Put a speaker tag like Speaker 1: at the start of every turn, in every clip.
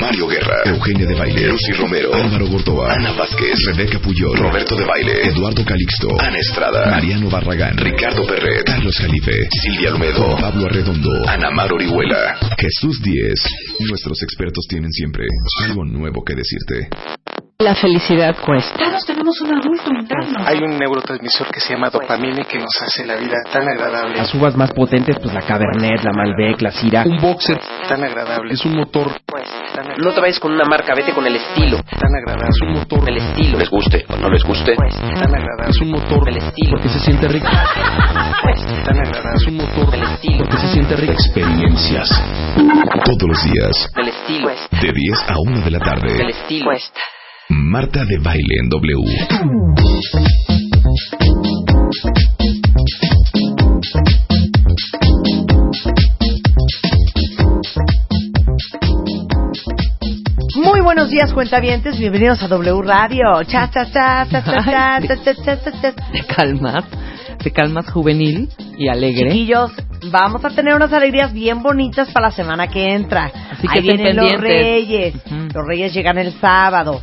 Speaker 1: Mario Guerra, Eugenia de Baile, Lucy Romero, Álvaro Gordoa, Ana Vázquez, Rebeca Puyol, Roberto de Baile, Eduardo Calixto, Ana Estrada, Mariano Barragán, Ricardo Perret, Carlos Jalife, Silvia Almedo, Pablo Arredondo, Ana Mar Orihuela, Jesús Díez. Nuestros expertos tienen siempre algo nuevo que decirte.
Speaker 2: La felicidad cuesta.
Speaker 3: Todos tenemos un adulto interno.
Speaker 4: Hay un neurotransmisor que se llama
Speaker 5: Pues.
Speaker 4: dopamina y que nos hace la vida tan agradable,
Speaker 6: Las uvas más potentes, pues la Cabernet, la Malbec, la Syrah.
Speaker 7: Un boxer
Speaker 4: tan agradable,
Speaker 7: es un motor,
Speaker 4: tan, agra-
Speaker 5: No te vayas con una marca, vete con el estilo.
Speaker 4: tan
Speaker 7: es
Speaker 4: agradable,
Speaker 7: un motor,
Speaker 5: El estilo. Les guste o no les guste.
Speaker 4: tan agradable,
Speaker 7: es un motor,
Speaker 5: El estilo.
Speaker 7: porque se siente rico,
Speaker 4: tan agradable.
Speaker 7: es un motor,
Speaker 5: El estilo.
Speaker 7: porque se siente rico.
Speaker 1: Experiencias. Todos los días,
Speaker 5: El estilo.
Speaker 1: de 10 a 1 de la
Speaker 5: El
Speaker 1: tarde.
Speaker 5: estilo.
Speaker 1: Marta de Baile en W.
Speaker 8: Muy buenos días, cuentavientes. Bienvenidos a W Radio. Cha, cha, cha, cha, cha, cha,
Speaker 2: Ay,
Speaker 8: cha, cha, cha, cha, cha.
Speaker 2: Te calmas, te calmas juvenil y alegre.
Speaker 8: Chiquillos, vamos a tener unas alegrías bien bonitas para la semana que entra.
Speaker 2: Así que
Speaker 8: Ahí
Speaker 2: estén
Speaker 8: vienen los
Speaker 2: pendientes.
Speaker 8: reyes.
Speaker 2: Ujú.
Speaker 8: Los reyes llegan el sábado.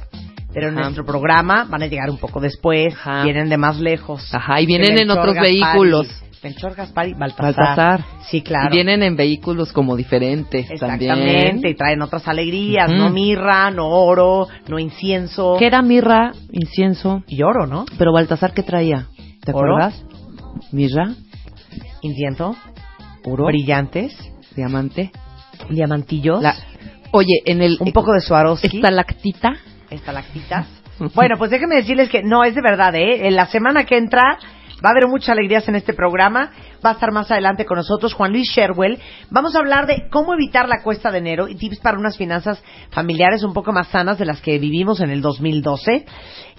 Speaker 8: Pero en
Speaker 2: Ajá.
Speaker 8: nuestro programa van a llegar un poco después.
Speaker 2: Ajá.
Speaker 8: Vienen de más lejos.
Speaker 2: Ajá, y vienen
Speaker 8: De
Speaker 2: en
Speaker 8: Melchor
Speaker 2: otros
Speaker 8: Gaspar y-
Speaker 2: vehículos.
Speaker 8: Melchor Gaspar y Baltasar.
Speaker 2: Baltasar.
Speaker 8: Sí, claro.
Speaker 2: Y vienen en vehículos como diferentes
Speaker 8: Exactamente, y
Speaker 2: también.
Speaker 8: traen otras alegrías,
Speaker 2: Ujú.
Speaker 8: no mirra, no oro, no incienso.
Speaker 2: ¿Qué era mirra, incienso?
Speaker 8: Y oro, ¿no?
Speaker 2: Pero Baltasar, ¿qué traía? ¿Te
Speaker 8: ¿Oro?
Speaker 2: acuerdas? Mirra,
Speaker 8: Incienso,
Speaker 2: oro,
Speaker 8: brillantes,
Speaker 2: diamante.
Speaker 8: diamantillos,
Speaker 2: La- Oye, en el...
Speaker 8: un poco de Swarovski,
Speaker 2: Estalactita.
Speaker 8: estalactitas. Bueno, pues déjenme decirles que no, es de verdad, ¿eh? En la semana que entra va a haber muchas alegrías en este programa. Va a estar más adelante con nosotros Juan Luis Sherwell. Vamos a hablar de cómo evitar la cuesta de enero y tips para unas finanzas familiares un poco más sanas de las que vivimos en el 2012.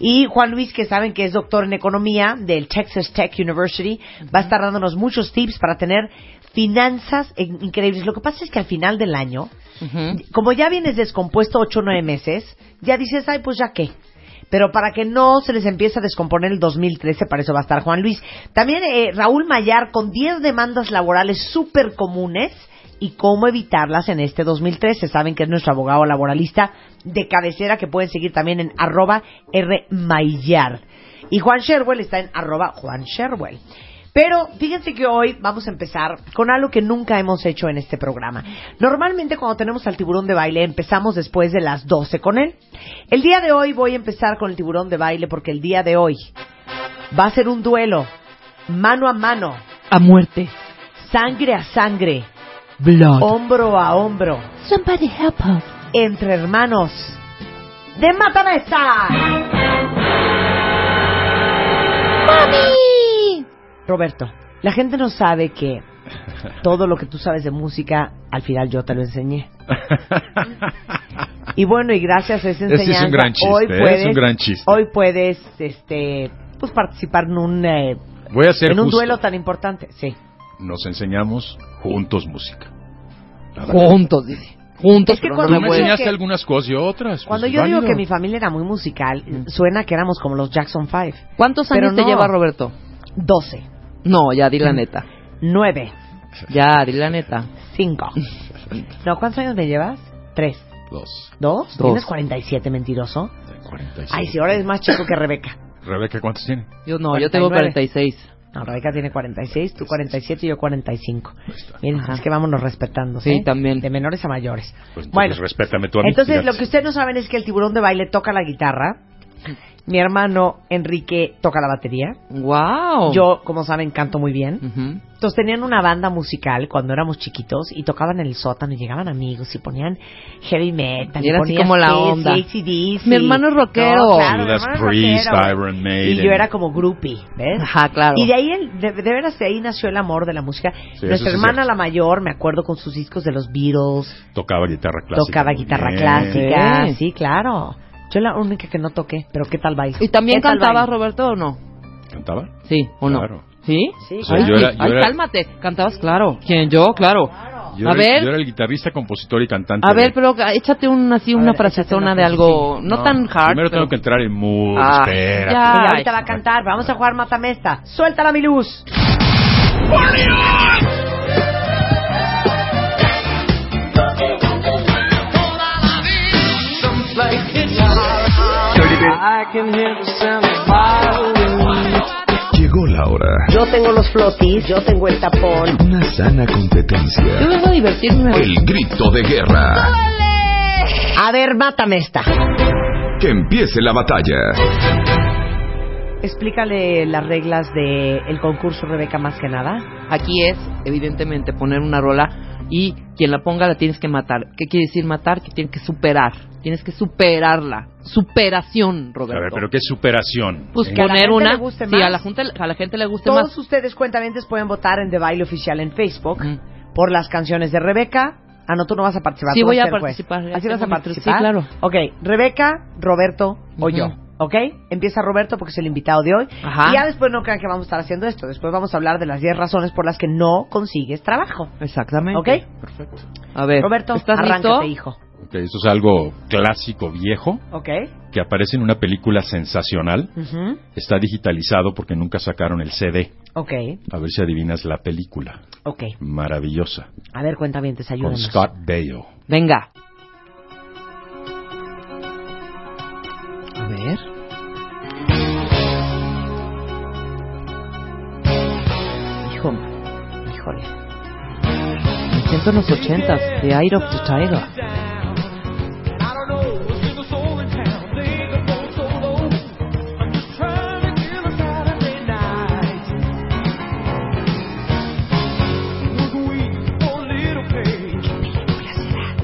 Speaker 8: Y Juan Luis, que saben que es doctor en economía del Texas Tech University, va a estar dándonos muchos tips para tener finanzas in- increíbles. Lo que pasa es que al final del año, como ya vienes descompuesto ocho o nueve meses, ya dices, ay, pues ya qué. Pero para que no se les empiece a descomponer el 2013, para eso va a estar Juan Luis. También eh, Raúl Mayar con 10 demandas laborales súper comunes y cómo evitarlas en este 2013. Saben que es nuestro abogado laboralista de cabecera que pueden seguir también en arroba rmayar. Y Juan Sherwell está en arroba Juan Sherwell. Pero fíjense que hoy vamos a empezar con algo que nunca hemos hecho en este programa. Normalmente cuando tenemos al tiburón de baile empezamos después de las 12 con él. El día de hoy voy a empezar con el tiburón de baile porque el día de hoy va a ser un duelo mano a mano,
Speaker 2: A muerte.
Speaker 8: sangre a sangre,
Speaker 2: Blood.
Speaker 8: Oh, hombro a hombro,
Speaker 2: somebody help us.
Speaker 8: entre hermanos de Matanesta. Roberto, la gente no sabe que todo lo que tú sabes de música, al final yo te lo enseñé. Y bueno, y gracias a esa
Speaker 7: Ese es
Speaker 8: enseñanza,
Speaker 7: un gran chiste,
Speaker 8: hoy
Speaker 7: ¿eh? Es
Speaker 8: puedes,
Speaker 7: un gran chiste.
Speaker 8: Hoy puedes, este, pues participar en un, eh,
Speaker 7: Voy a ser
Speaker 8: en un
Speaker 7: justo.
Speaker 8: duelo tan importante. Sí.
Speaker 7: Nos enseñamos juntos música. Nada.
Speaker 2: Juntos, dice. Juntos,
Speaker 8: Es que
Speaker 2: pero
Speaker 8: cuando
Speaker 2: no
Speaker 7: Tú
Speaker 2: me
Speaker 7: me
Speaker 8: yo
Speaker 2: voy.
Speaker 8: digo
Speaker 7: enseñaste
Speaker 8: que-
Speaker 7: algunas cosas y otras.
Speaker 8: Cuando
Speaker 7: pues,
Speaker 8: yo digo
Speaker 7: válido.
Speaker 8: que mi familia era muy musical, suena que éramos como los Jackson Five.
Speaker 2: ¿Cuántos
Speaker 8: Pero
Speaker 2: años te
Speaker 8: no.
Speaker 2: lleva Roberto?
Speaker 8: 12,
Speaker 2: No, ya di la neta.
Speaker 8: 9,
Speaker 2: Ya, di la neta.
Speaker 8: 5. No, ¿cuántos años me llevas? 3.
Speaker 7: Dos.
Speaker 8: ¿Dos?
Speaker 2: Dos.
Speaker 8: ¿Tienes 47, mentiroso?
Speaker 7: de 45.
Speaker 8: Ay, si ahora es más chico que Rebeca.
Speaker 7: Rebeca, ¿cuántos tiene?
Speaker 2: Yo no, yo tengo
Speaker 8: 49.
Speaker 2: 46.
Speaker 8: No, Rebeca tiene 46, tú 47 y yo 45.
Speaker 7: está.
Speaker 8: Miren, pues,
Speaker 2: Ajá.
Speaker 8: es que vámonos respetando. ¿eh?
Speaker 2: Sí, también.
Speaker 8: De menores a mayores.
Speaker 7: Pues,
Speaker 8: bueno,
Speaker 7: entonces, respétame tú a mí.
Speaker 8: entonces
Speaker 7: fíjate.
Speaker 8: lo que ustedes no saben es que el tiburón de baile toca la guitarra. Mi hermano Enrique toca la batería.
Speaker 2: Wow.
Speaker 8: Yo, como saben, canto muy bien. Entonces tenían una banda musical cuando éramos chiquitos y tocaban en el sótano y llegaban amigos y ponían heavy metal.
Speaker 2: Y era así
Speaker 8: ponías
Speaker 2: como la
Speaker 8: Kiss,
Speaker 2: onda.
Speaker 8: AC/DC.
Speaker 2: Mi hermano es rockero.
Speaker 8: No, claro, mi
Speaker 7: Judas
Speaker 8: hermano es
Speaker 7: Priest,
Speaker 8: rockero.
Speaker 7: Iron
Speaker 8: Y
Speaker 7: Maiden.
Speaker 8: yo era como groupie, ¿ves?
Speaker 2: Ajá, claro.
Speaker 8: Y de ahí, el- de, de veras, de ahí nació el amor de la música.
Speaker 7: eso sí
Speaker 8: Nuestra
Speaker 7: es
Speaker 8: hermana,
Speaker 7: cierto.
Speaker 8: la mayor, me acuerdo con sus discos de los Beatles,
Speaker 7: Tocaba guitarra clásica.
Speaker 8: tocaba
Speaker 7: muy
Speaker 8: guitarra
Speaker 7: bien.
Speaker 8: clásica,
Speaker 2: Sí.
Speaker 8: sí, claro. Yo la única que no toqué, pero ¿qué tal baile?
Speaker 2: ¿Y también
Speaker 8: ¿Qué tal
Speaker 2: cantabas,
Speaker 8: baile?
Speaker 2: Roberto, o no?
Speaker 7: ¿Cantaba?
Speaker 2: Sí, o no.
Speaker 7: Claro.
Speaker 2: ¿Sí?
Speaker 8: Sí,
Speaker 7: O sea,
Speaker 2: Ay,
Speaker 7: yo
Speaker 2: sí.
Speaker 7: era- yo
Speaker 2: Ay,
Speaker 7: era-
Speaker 2: cálmate. Cantabas, claro. ¿Quién? Yo, claro.
Speaker 7: Yo
Speaker 2: a
Speaker 7: era-
Speaker 2: ver,
Speaker 7: Yo era el guitarrista, compositor y cantante.
Speaker 2: a
Speaker 7: de-
Speaker 2: ver, pero échate un, así
Speaker 8: A
Speaker 2: una
Speaker 8: ver,
Speaker 2: frasezona
Speaker 8: échate una
Speaker 2: de algo, no, tan hard.
Speaker 7: Primero tengo que
Speaker 2: pero-
Speaker 7: entrar en mood.
Speaker 2: Ah,
Speaker 7: espera.
Speaker 2: ya.
Speaker 8: Ella
Speaker 2: Ay.
Speaker 8: ahorita va a cantar, vamos a jugar Matamesta. Suéltala, mi luz.
Speaker 9: Thank
Speaker 1: Llegó la hora.
Speaker 9: Yo tengo los flotis, yo tengo el tapón.
Speaker 1: Una sana competencia.
Speaker 2: Yo vengo a divertirme.
Speaker 1: El grito de guerra.
Speaker 9: A ver, mátame esta.
Speaker 1: Que empiece la batalla.
Speaker 8: Explícale las reglas del concurso, Rebeca, más que nada.
Speaker 2: Aquí es, evidentemente, poner una rola y quien la ponga la tienes que matar. ¿Qué quiere decir matar? Que tienes que superar. Tienes que superarla. Superación,
Speaker 7: A
Speaker 2: Roberto.
Speaker 7: ver, pero qué superación.
Speaker 2: Pues
Speaker 7: ¿eh?
Speaker 8: que a la
Speaker 2: poner
Speaker 8: gente
Speaker 2: una.
Speaker 8: le guste
Speaker 2: sí,
Speaker 8: más.
Speaker 2: a la, junta- a la gente le guste
Speaker 8: Todos
Speaker 2: más.
Speaker 8: ustedes cuentamientos pueden votar en The Baile Oficial en Facebook
Speaker 2: Ujú.
Speaker 8: por las canciones de Rebeca. Ah, no, tú no vas a participar.
Speaker 2: Sí,
Speaker 8: tú
Speaker 2: voy
Speaker 8: vas
Speaker 2: a
Speaker 8: ser
Speaker 2: participar, ya
Speaker 8: Así vas a
Speaker 2: tengo mis-
Speaker 8: participar.
Speaker 2: sí, claro.
Speaker 8: Ok, Rebeca, Roberto o
Speaker 2: Ujú.
Speaker 8: yo. ¿Ok? Empieza Roberto porque es el invitado de hoy.
Speaker 2: Ajá.
Speaker 8: Y ya después no crean que vamos a estar haciendo esto. Después vamos a hablar de las 10 razones por las que no consigues trabajo.
Speaker 2: Exactamente.
Speaker 8: ¿Ok?
Speaker 7: Perfecto.
Speaker 2: A ver,
Speaker 8: Roberto,
Speaker 2: ¿estás
Speaker 8: arráncate,
Speaker 2: listo?
Speaker 8: hijo.
Speaker 7: Ok, eso es algo clásico, viejo,
Speaker 8: ¿Ok?
Speaker 7: que aparece en una película sensacional.
Speaker 8: Ujú.
Speaker 7: Está digitalizado porque nunca sacaron el CD.
Speaker 8: Ok,
Speaker 7: A ver si adivinas la película.
Speaker 8: ok.
Speaker 7: Maravillosa.
Speaker 8: A ver, cuentamientos,
Speaker 7: Con
Speaker 8: ayúdanos.
Speaker 7: Scott Baio.
Speaker 2: Venga. A ver.
Speaker 8: Hijo, híjole.
Speaker 2: Siento en los ochentas. The Eye of the Tiger.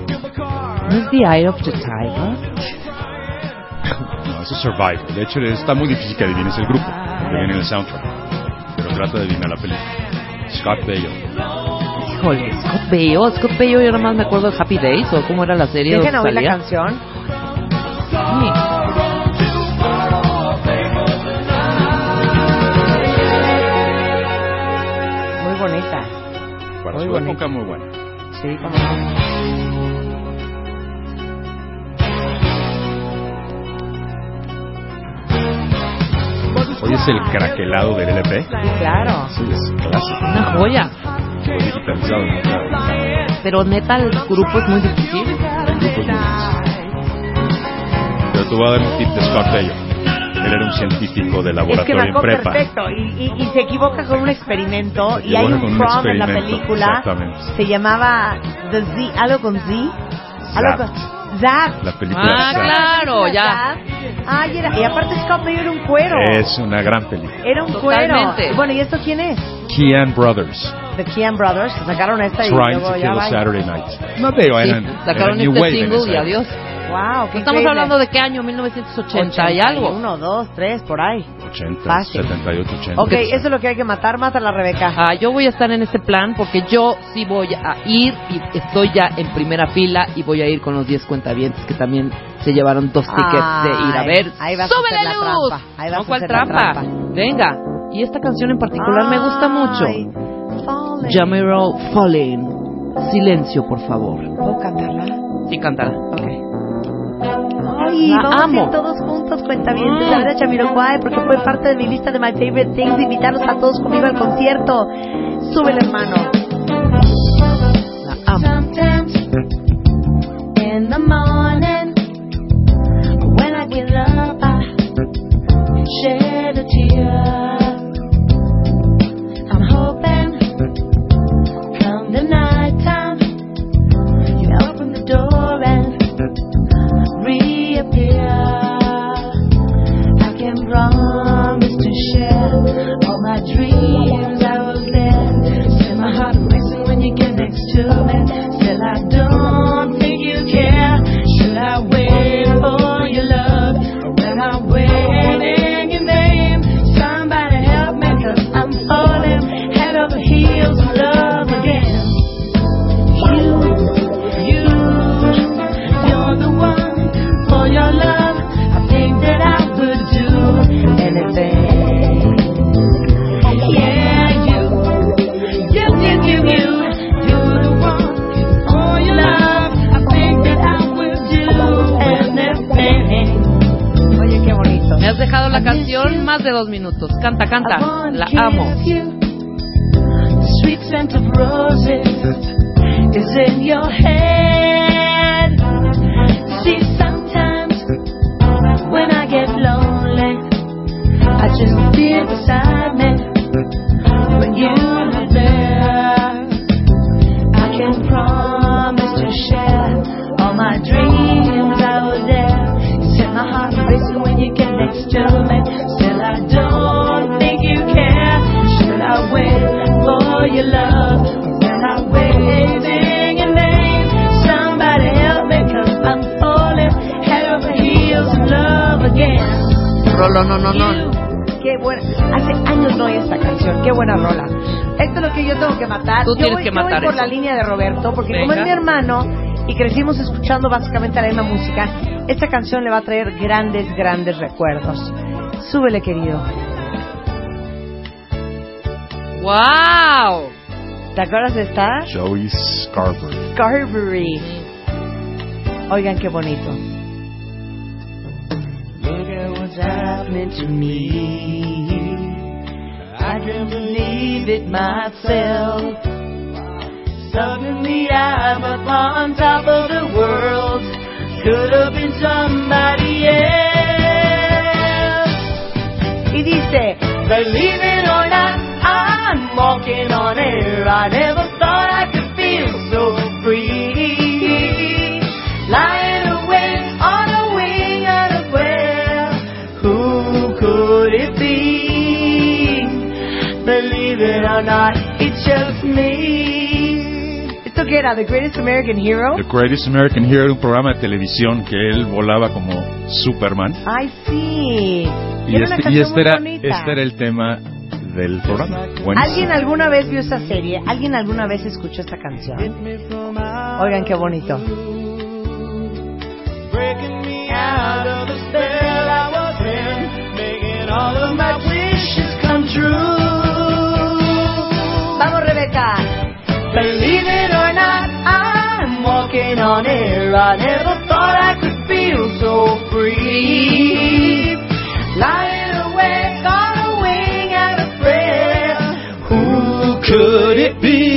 Speaker 2: ¿No es The Eye of the Tiger?
Speaker 7: No, eso es Survivor. De hecho, está muy difícil que adivines el grupo que viene en el soundtrack. Pero trata de adivinar la película. Scott Baio.
Speaker 2: Híjole, Scott Baio. Scott Baio yo nada más me acuerdo de Happy Days o cómo era la serie.
Speaker 8: Dejen
Speaker 2: donde
Speaker 8: oír la
Speaker 2: salía.
Speaker 8: canción.
Speaker 2: Sí.
Speaker 8: Muy bonita.
Speaker 7: Para
Speaker 8: Muy
Speaker 7: su
Speaker 8: bonito.
Speaker 7: época, muy buena.
Speaker 8: Sí, cómo no.
Speaker 7: Hoy es el craquelado del LP.
Speaker 8: Sí, claro.
Speaker 7: Sí, es clásico.
Speaker 2: Una joya.
Speaker 7: Fue digitalizado. ¿no? Claro.
Speaker 2: Pero neta, el grupo es muy difícil.
Speaker 7: El grupo es muy difícil. Pero te voy a dar un tip de Scott Baio. Él era un científico de
Speaker 8: Es que
Speaker 7: laboratorio en
Speaker 8: marcó
Speaker 7: prepa.
Speaker 8: perfecto y, y- y se equivoca con un experimento
Speaker 7: Se
Speaker 8: y hay
Speaker 7: equivoca
Speaker 8: un
Speaker 7: con un
Speaker 8: prom en la
Speaker 7: experimento,
Speaker 8: película.
Speaker 7: exactamente.
Speaker 8: Se llamaba The Z, algo con Z. Algo
Speaker 7: Zapped.
Speaker 8: con Zapped.
Speaker 7: La película
Speaker 2: Ah,
Speaker 7: de Sam.
Speaker 2: claro, ya.
Speaker 8: Zapped. Ay, era- y aparte Scott Baio era un cuero.
Speaker 7: Es una gran película.
Speaker 8: Era un
Speaker 2: Totalmente.
Speaker 8: cuero. Bueno, ¿y esto quién es?
Speaker 7: Kean Brothers.
Speaker 8: The Kean Brothers, que sacaron esta y
Speaker 7: Trying
Speaker 8: luego
Speaker 7: to
Speaker 8: ya
Speaker 7: Kill a
Speaker 8: va.
Speaker 7: Saturday Night. No digo,
Speaker 2: Sí,
Speaker 7: eran,
Speaker 2: sacaron
Speaker 7: eran New
Speaker 2: este
Speaker 7: Wave en
Speaker 2: single
Speaker 7: esa
Speaker 2: y
Speaker 7: época.
Speaker 2: adiós.
Speaker 8: Wow, qué
Speaker 2: Pues Estamos hablando de qué año, 1980 y algo.
Speaker 8: Uno, dos, tres, por ahí.
Speaker 7: 80,
Speaker 8: Fácil.
Speaker 7: 78, 80.
Speaker 8: Ok, eso es lo que hay que matar. Mátala, Rebeca.
Speaker 2: Ah, yo voy a estar en este plan porque yo sí voy a ir y estoy ya en primera fila y voy a ir con los 10 cuentavientes que también se llevaron dos tickets de ir a
Speaker 8: Ay,
Speaker 2: ver.
Speaker 8: ahí vas a
Speaker 2: ¡Sube
Speaker 8: hacer
Speaker 2: la
Speaker 8: la
Speaker 2: luz!
Speaker 8: trampa, ahí vas
Speaker 2: no,
Speaker 8: a
Speaker 2: ¿cuál
Speaker 8: hacer la
Speaker 2: trampa?
Speaker 8: trampa.
Speaker 2: Venga, y esta canción en particular me gusta
Speaker 8: Ay,
Speaker 2: mucho.
Speaker 8: Falling.
Speaker 2: Jamiro Falling. Silencio, por favor.
Speaker 8: ¿Puedo cantarla?
Speaker 2: Sí, cántala.
Speaker 8: Ay,
Speaker 2: La
Speaker 8: vamos a
Speaker 2: amo.
Speaker 8: ir todos juntos, cuentavientes,
Speaker 2: Mm.
Speaker 8: a ver a Jamiroquai, porque fue parte de mi lista de My Favorite Things, invitarlos a todos conmigo al concierto. Súbele, hermano.
Speaker 2: La amo.
Speaker 10: Sometimes in the morning, when I get up, I shed a tear. I'm hoping come the night time, you open the door and reappear. I can promise to share all my dreams I will live. Say my heart racing when you get next to me. Still I don't think you care. Should I wait for your love? When I'm waiting your name, somebody help me cause I'm falling head over heels in love again. You, you. You're the one for your love. I think that I would do anything. Yeah, you, you, you, you, you. You're the one for your love. I think that I would do anything.
Speaker 8: Oye, qué bonito.
Speaker 2: Me has dejado la canción más de dos minutos. Canta,
Speaker 10: I
Speaker 2: canta.
Speaker 10: wanna
Speaker 2: La
Speaker 10: kiss
Speaker 2: amo.
Speaker 10: you. The sweet scent of roses is in your head. See, sometimes when I get low
Speaker 8: Rolo, no, no, no. Qué buena. Hace años no oí esta canción. Qué buena rola. Esto es lo que yo tengo que matar.
Speaker 2: Tú
Speaker 8: Yo
Speaker 2: tienes
Speaker 8: voy-
Speaker 2: que
Speaker 8: yo voy
Speaker 2: matar
Speaker 8: por
Speaker 2: eso.
Speaker 8: la línea de Roberto, porque como
Speaker 2: Venga.
Speaker 8: es mi hermano y crecimos escuchando básicamente la misma música, esta canción le va a traer grandes, grandes recuerdos. Súbele, querido.
Speaker 2: ¡Wow!
Speaker 8: ¿Te acuerdas de esta?
Speaker 7: Joey Scarborough.
Speaker 8: Carberry. Oigan qué bonito.
Speaker 10: Look at what's happening to me. I didn't believe it myself. Suddenly I'm up on top of the world. Could have been somebody else.
Speaker 8: Y dice,
Speaker 10: Believe it or not, I'm walking on air. I never thought I could feel so free. Lying awake on a wing unaware. Who could it be? Believe it or not, it's just me.
Speaker 8: ¿esto qué era? The Greatest American Hero.
Speaker 7: The Greatest American Hero era un programa de televisión que él volaba como Superman.
Speaker 8: Ay, sí.
Speaker 7: Y
Speaker 8: era una
Speaker 7: este,
Speaker 8: canción
Speaker 7: y este
Speaker 8: muy
Speaker 7: era,
Speaker 8: bonita.
Speaker 7: este era el tema del programa. Bueno,
Speaker 8: ¿Alguien alguna vez vio esa serie? ¿Alguien alguna vez escuchó esta canción? Oigan qué bonito.
Speaker 10: Breaking me out of the spell I was in. Making all of my wishes come true.
Speaker 8: Vamos Rebeca.
Speaker 10: Believe it or not, I'm walking on air. I never thought I could feel so free. Lying awake on a wing out of prayer. Who could it be?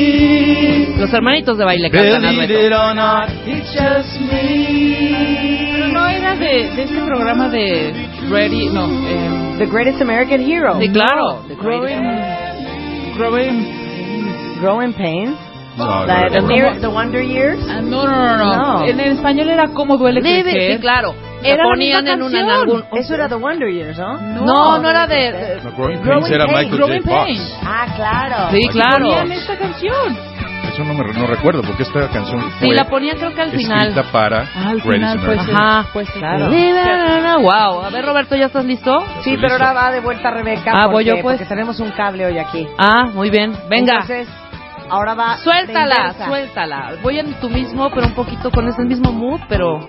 Speaker 2: Los hermanitos de baile cantan a
Speaker 10: Believe it or not, it's just me.
Speaker 2: No era de, de este programa de Ready, no. eh,
Speaker 8: The Greatest American Hero.
Speaker 2: sí, claro. de
Speaker 8: Growing,
Speaker 2: Growing.
Speaker 8: growing Pains.
Speaker 7: no, no,
Speaker 8: La de The,
Speaker 7: no, no.
Speaker 8: Mir- The Wonder Years.
Speaker 2: Ah, No, no, no,
Speaker 8: No.
Speaker 2: no. En español era como duele crecer.
Speaker 9: sí, claro.
Speaker 2: Era
Speaker 9: La
Speaker 2: la
Speaker 9: ponían
Speaker 2: misma
Speaker 9: en una- en
Speaker 2: canción.
Speaker 9: algún-
Speaker 8: Eso era The Wonder Years, ¿no?
Speaker 2: No, no era de. de-
Speaker 7: No, Growing Pains era
Speaker 8: Growing
Speaker 7: Michael
Speaker 2: Growing
Speaker 7: J. Fox.
Speaker 2: Pains.
Speaker 8: Ah, claro.
Speaker 2: Sí, claro.
Speaker 7: ponían
Speaker 2: esta canción.
Speaker 7: Eso no, me, re- no recuerdo porque esta canción
Speaker 2: Sí,
Speaker 7: fue
Speaker 2: la ponían creo Pues, que al final.
Speaker 7: escrita para
Speaker 2: al
Speaker 7: Greatest
Speaker 2: final, pues.
Speaker 7: American
Speaker 2: Ajá, pues
Speaker 8: claro.
Speaker 2: Wow. A ver, Roberto, ¿ya estás listo?
Speaker 8: Sí, pero ahora va de vuelta Rebeca.
Speaker 2: Ah, voy
Speaker 8: porque-
Speaker 2: yo, pues.
Speaker 8: Porque tenemos un cable hoy aquí.
Speaker 2: Ah, muy bien. Venga.
Speaker 8: Entonces, ahora va. de
Speaker 2: Suéltala,
Speaker 8: inversa.
Speaker 2: suéltala. Voy en tu mismo, pero un poquito con ese mismo mood, pero.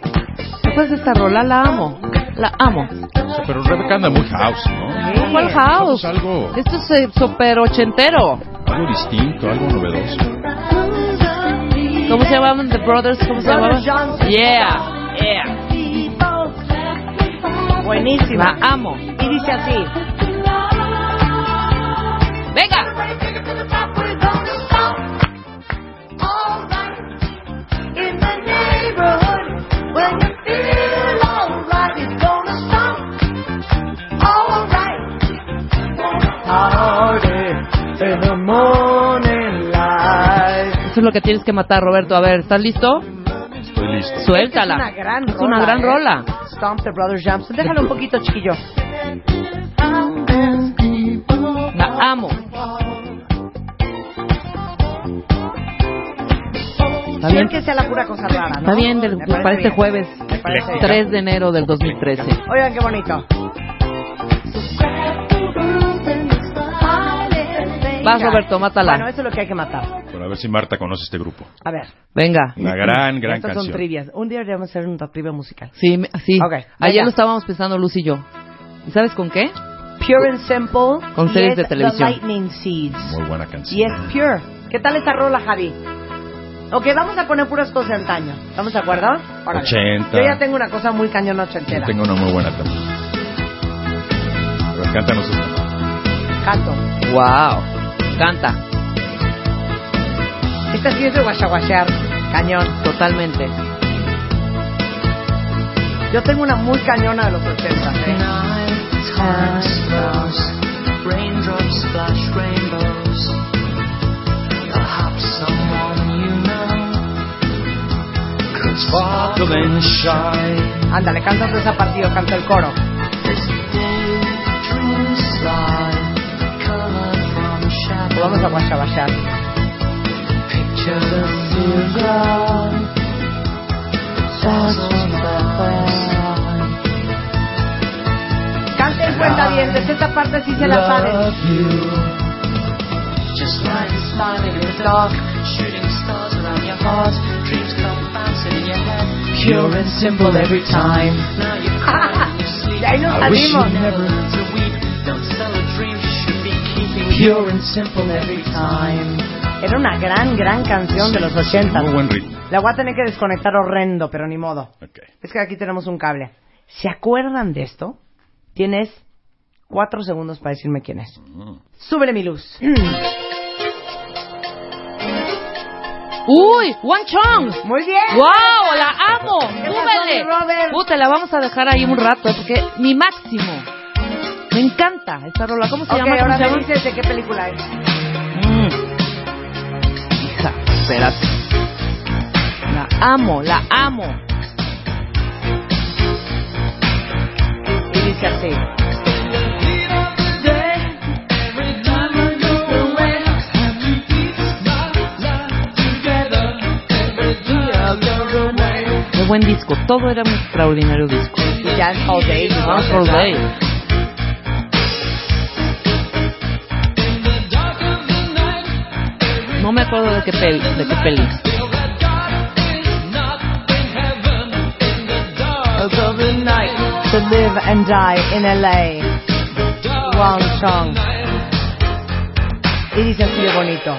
Speaker 2: Después de esta rola la amo. La amo.
Speaker 7: Hero. Pero Rebeca anda muy house, ¿no?
Speaker 8: Sí.
Speaker 2: ¿Cuál house?
Speaker 7: Vamos a algo,
Speaker 2: Esto es eh, super ochentero.
Speaker 7: algo distinto, algo novedoso.
Speaker 2: ¿Cómo se llamaban? The Brothers, ¿cómo se
Speaker 8: Brothers
Speaker 2: llamaban?
Speaker 8: Johnson.
Speaker 2: Yeah, yeah. La
Speaker 8: Buenísima. Ah,
Speaker 2: amo.
Speaker 8: Y dice así.
Speaker 2: Venga. Eso es lo que tienes que matar, Roberto. A ver, ¿estás listo?
Speaker 7: Estoy listo.
Speaker 2: Suéltala.
Speaker 8: Es una gran ¿eh?
Speaker 2: Es una gran rola.
Speaker 8: Stomp the Brothers Johnson. Déjalo un poquito, chiquillo.
Speaker 2: La amo. Está bien.
Speaker 8: Bien que sea la pura cosa rara, ¿no?
Speaker 2: Está bien, del-
Speaker 8: Me
Speaker 2: para este
Speaker 8: bien.
Speaker 2: jueves,
Speaker 8: Me parece bien.
Speaker 2: 3 de enero del 2013.
Speaker 8: Oigan, qué bonito.
Speaker 2: Vas, Roberto,
Speaker 8: Bueno,
Speaker 2: mátala.
Speaker 8: eso es lo que hay que matar.
Speaker 7: Pero a ver si Marta conoce este grupo.
Speaker 8: A ver.
Speaker 2: Venga.
Speaker 7: Una gran, gran
Speaker 8: Estas son
Speaker 7: canción.
Speaker 8: trivias. Un día deberíamos hacer una trivia musical.
Speaker 2: Sí, me- sí.
Speaker 8: Ok, venga.
Speaker 2: Ayer lo estábamos pensando Luz y yo. ¿Y sabes con qué?
Speaker 8: Pure and Simple.
Speaker 2: Con
Speaker 8: y
Speaker 2: series
Speaker 8: es
Speaker 2: de televisión.
Speaker 8: The Lightning Seeds.
Speaker 7: Muy buena canción.
Speaker 8: Y es Pure. ¿Qué tal esta rola, Javi? Ok, vamos a poner puras cosas de antaño. ¿Estamos de acuerdo? Órale.
Speaker 7: 80.
Speaker 8: Yo ya tengo una cosa muy cañona
Speaker 7: Yo
Speaker 8: ochentera.
Speaker 7: tengo una muy buena también. Pero cántanos esta.
Speaker 8: Canto.
Speaker 2: Wow. Canta.
Speaker 8: Esta sí es de guachaguachear. Cañón.
Speaker 2: Totalmente.
Speaker 8: Yo tengo una muy cañona de los 80. ¿eh? Ándale, canta todo ese partido, canta el coro. Lo Vamos a guachaguachear. Canten sientes? Esta parte sí se la sabes.
Speaker 10: Just like a star in the dark, shooting stars around your heart. Dreams come bouncing in your head, pure and simple every time. Now you cry and you sleep.
Speaker 8: ahí nos
Speaker 10: I wish you
Speaker 8: salimos.
Speaker 10: never learned to weep. Don't sell a dream you should be keeping. Pure and simple every time.
Speaker 8: Era una gran, gran canción de los 80.
Speaker 7: Muy buen ritmo.
Speaker 8: La voy a tener que desconectar horrendo, pero ni modo.
Speaker 7: Ok.
Speaker 8: Es que aquí tenemos un cable. ¿Se acuerdan de esto? Tienes cuatro segundos para decirme quién es.
Speaker 7: Mm.
Speaker 8: Súbele mi luz.
Speaker 2: ¡Uy! ¡One Chong!
Speaker 8: Muy bien.
Speaker 2: ¡Wow! ¡La amo!
Speaker 8: ¿Qué pasó, mi
Speaker 2: ¡Súbele!
Speaker 8: Robert?
Speaker 2: Puta, la vamos a dejar ahí un rato, porque mi máximo. Me encanta esta rola. ¿Cómo se
Speaker 8: Ok,
Speaker 2: llama? ¿Cómo
Speaker 8: ahora
Speaker 2: se
Speaker 8: me
Speaker 2: llama?
Speaker 8: dices de qué película es.
Speaker 2: Hija, espérate. La amo, la amo.
Speaker 8: Y dice así.
Speaker 2: Muy buen disco. Todo era un extraordinario disco.
Speaker 8: Y ya es All Day. ¿no?
Speaker 2: One for Day. No me acuerdo de qué peli. De qué peli.
Speaker 8: To live and die in LA. One song. Y dice así de bonito.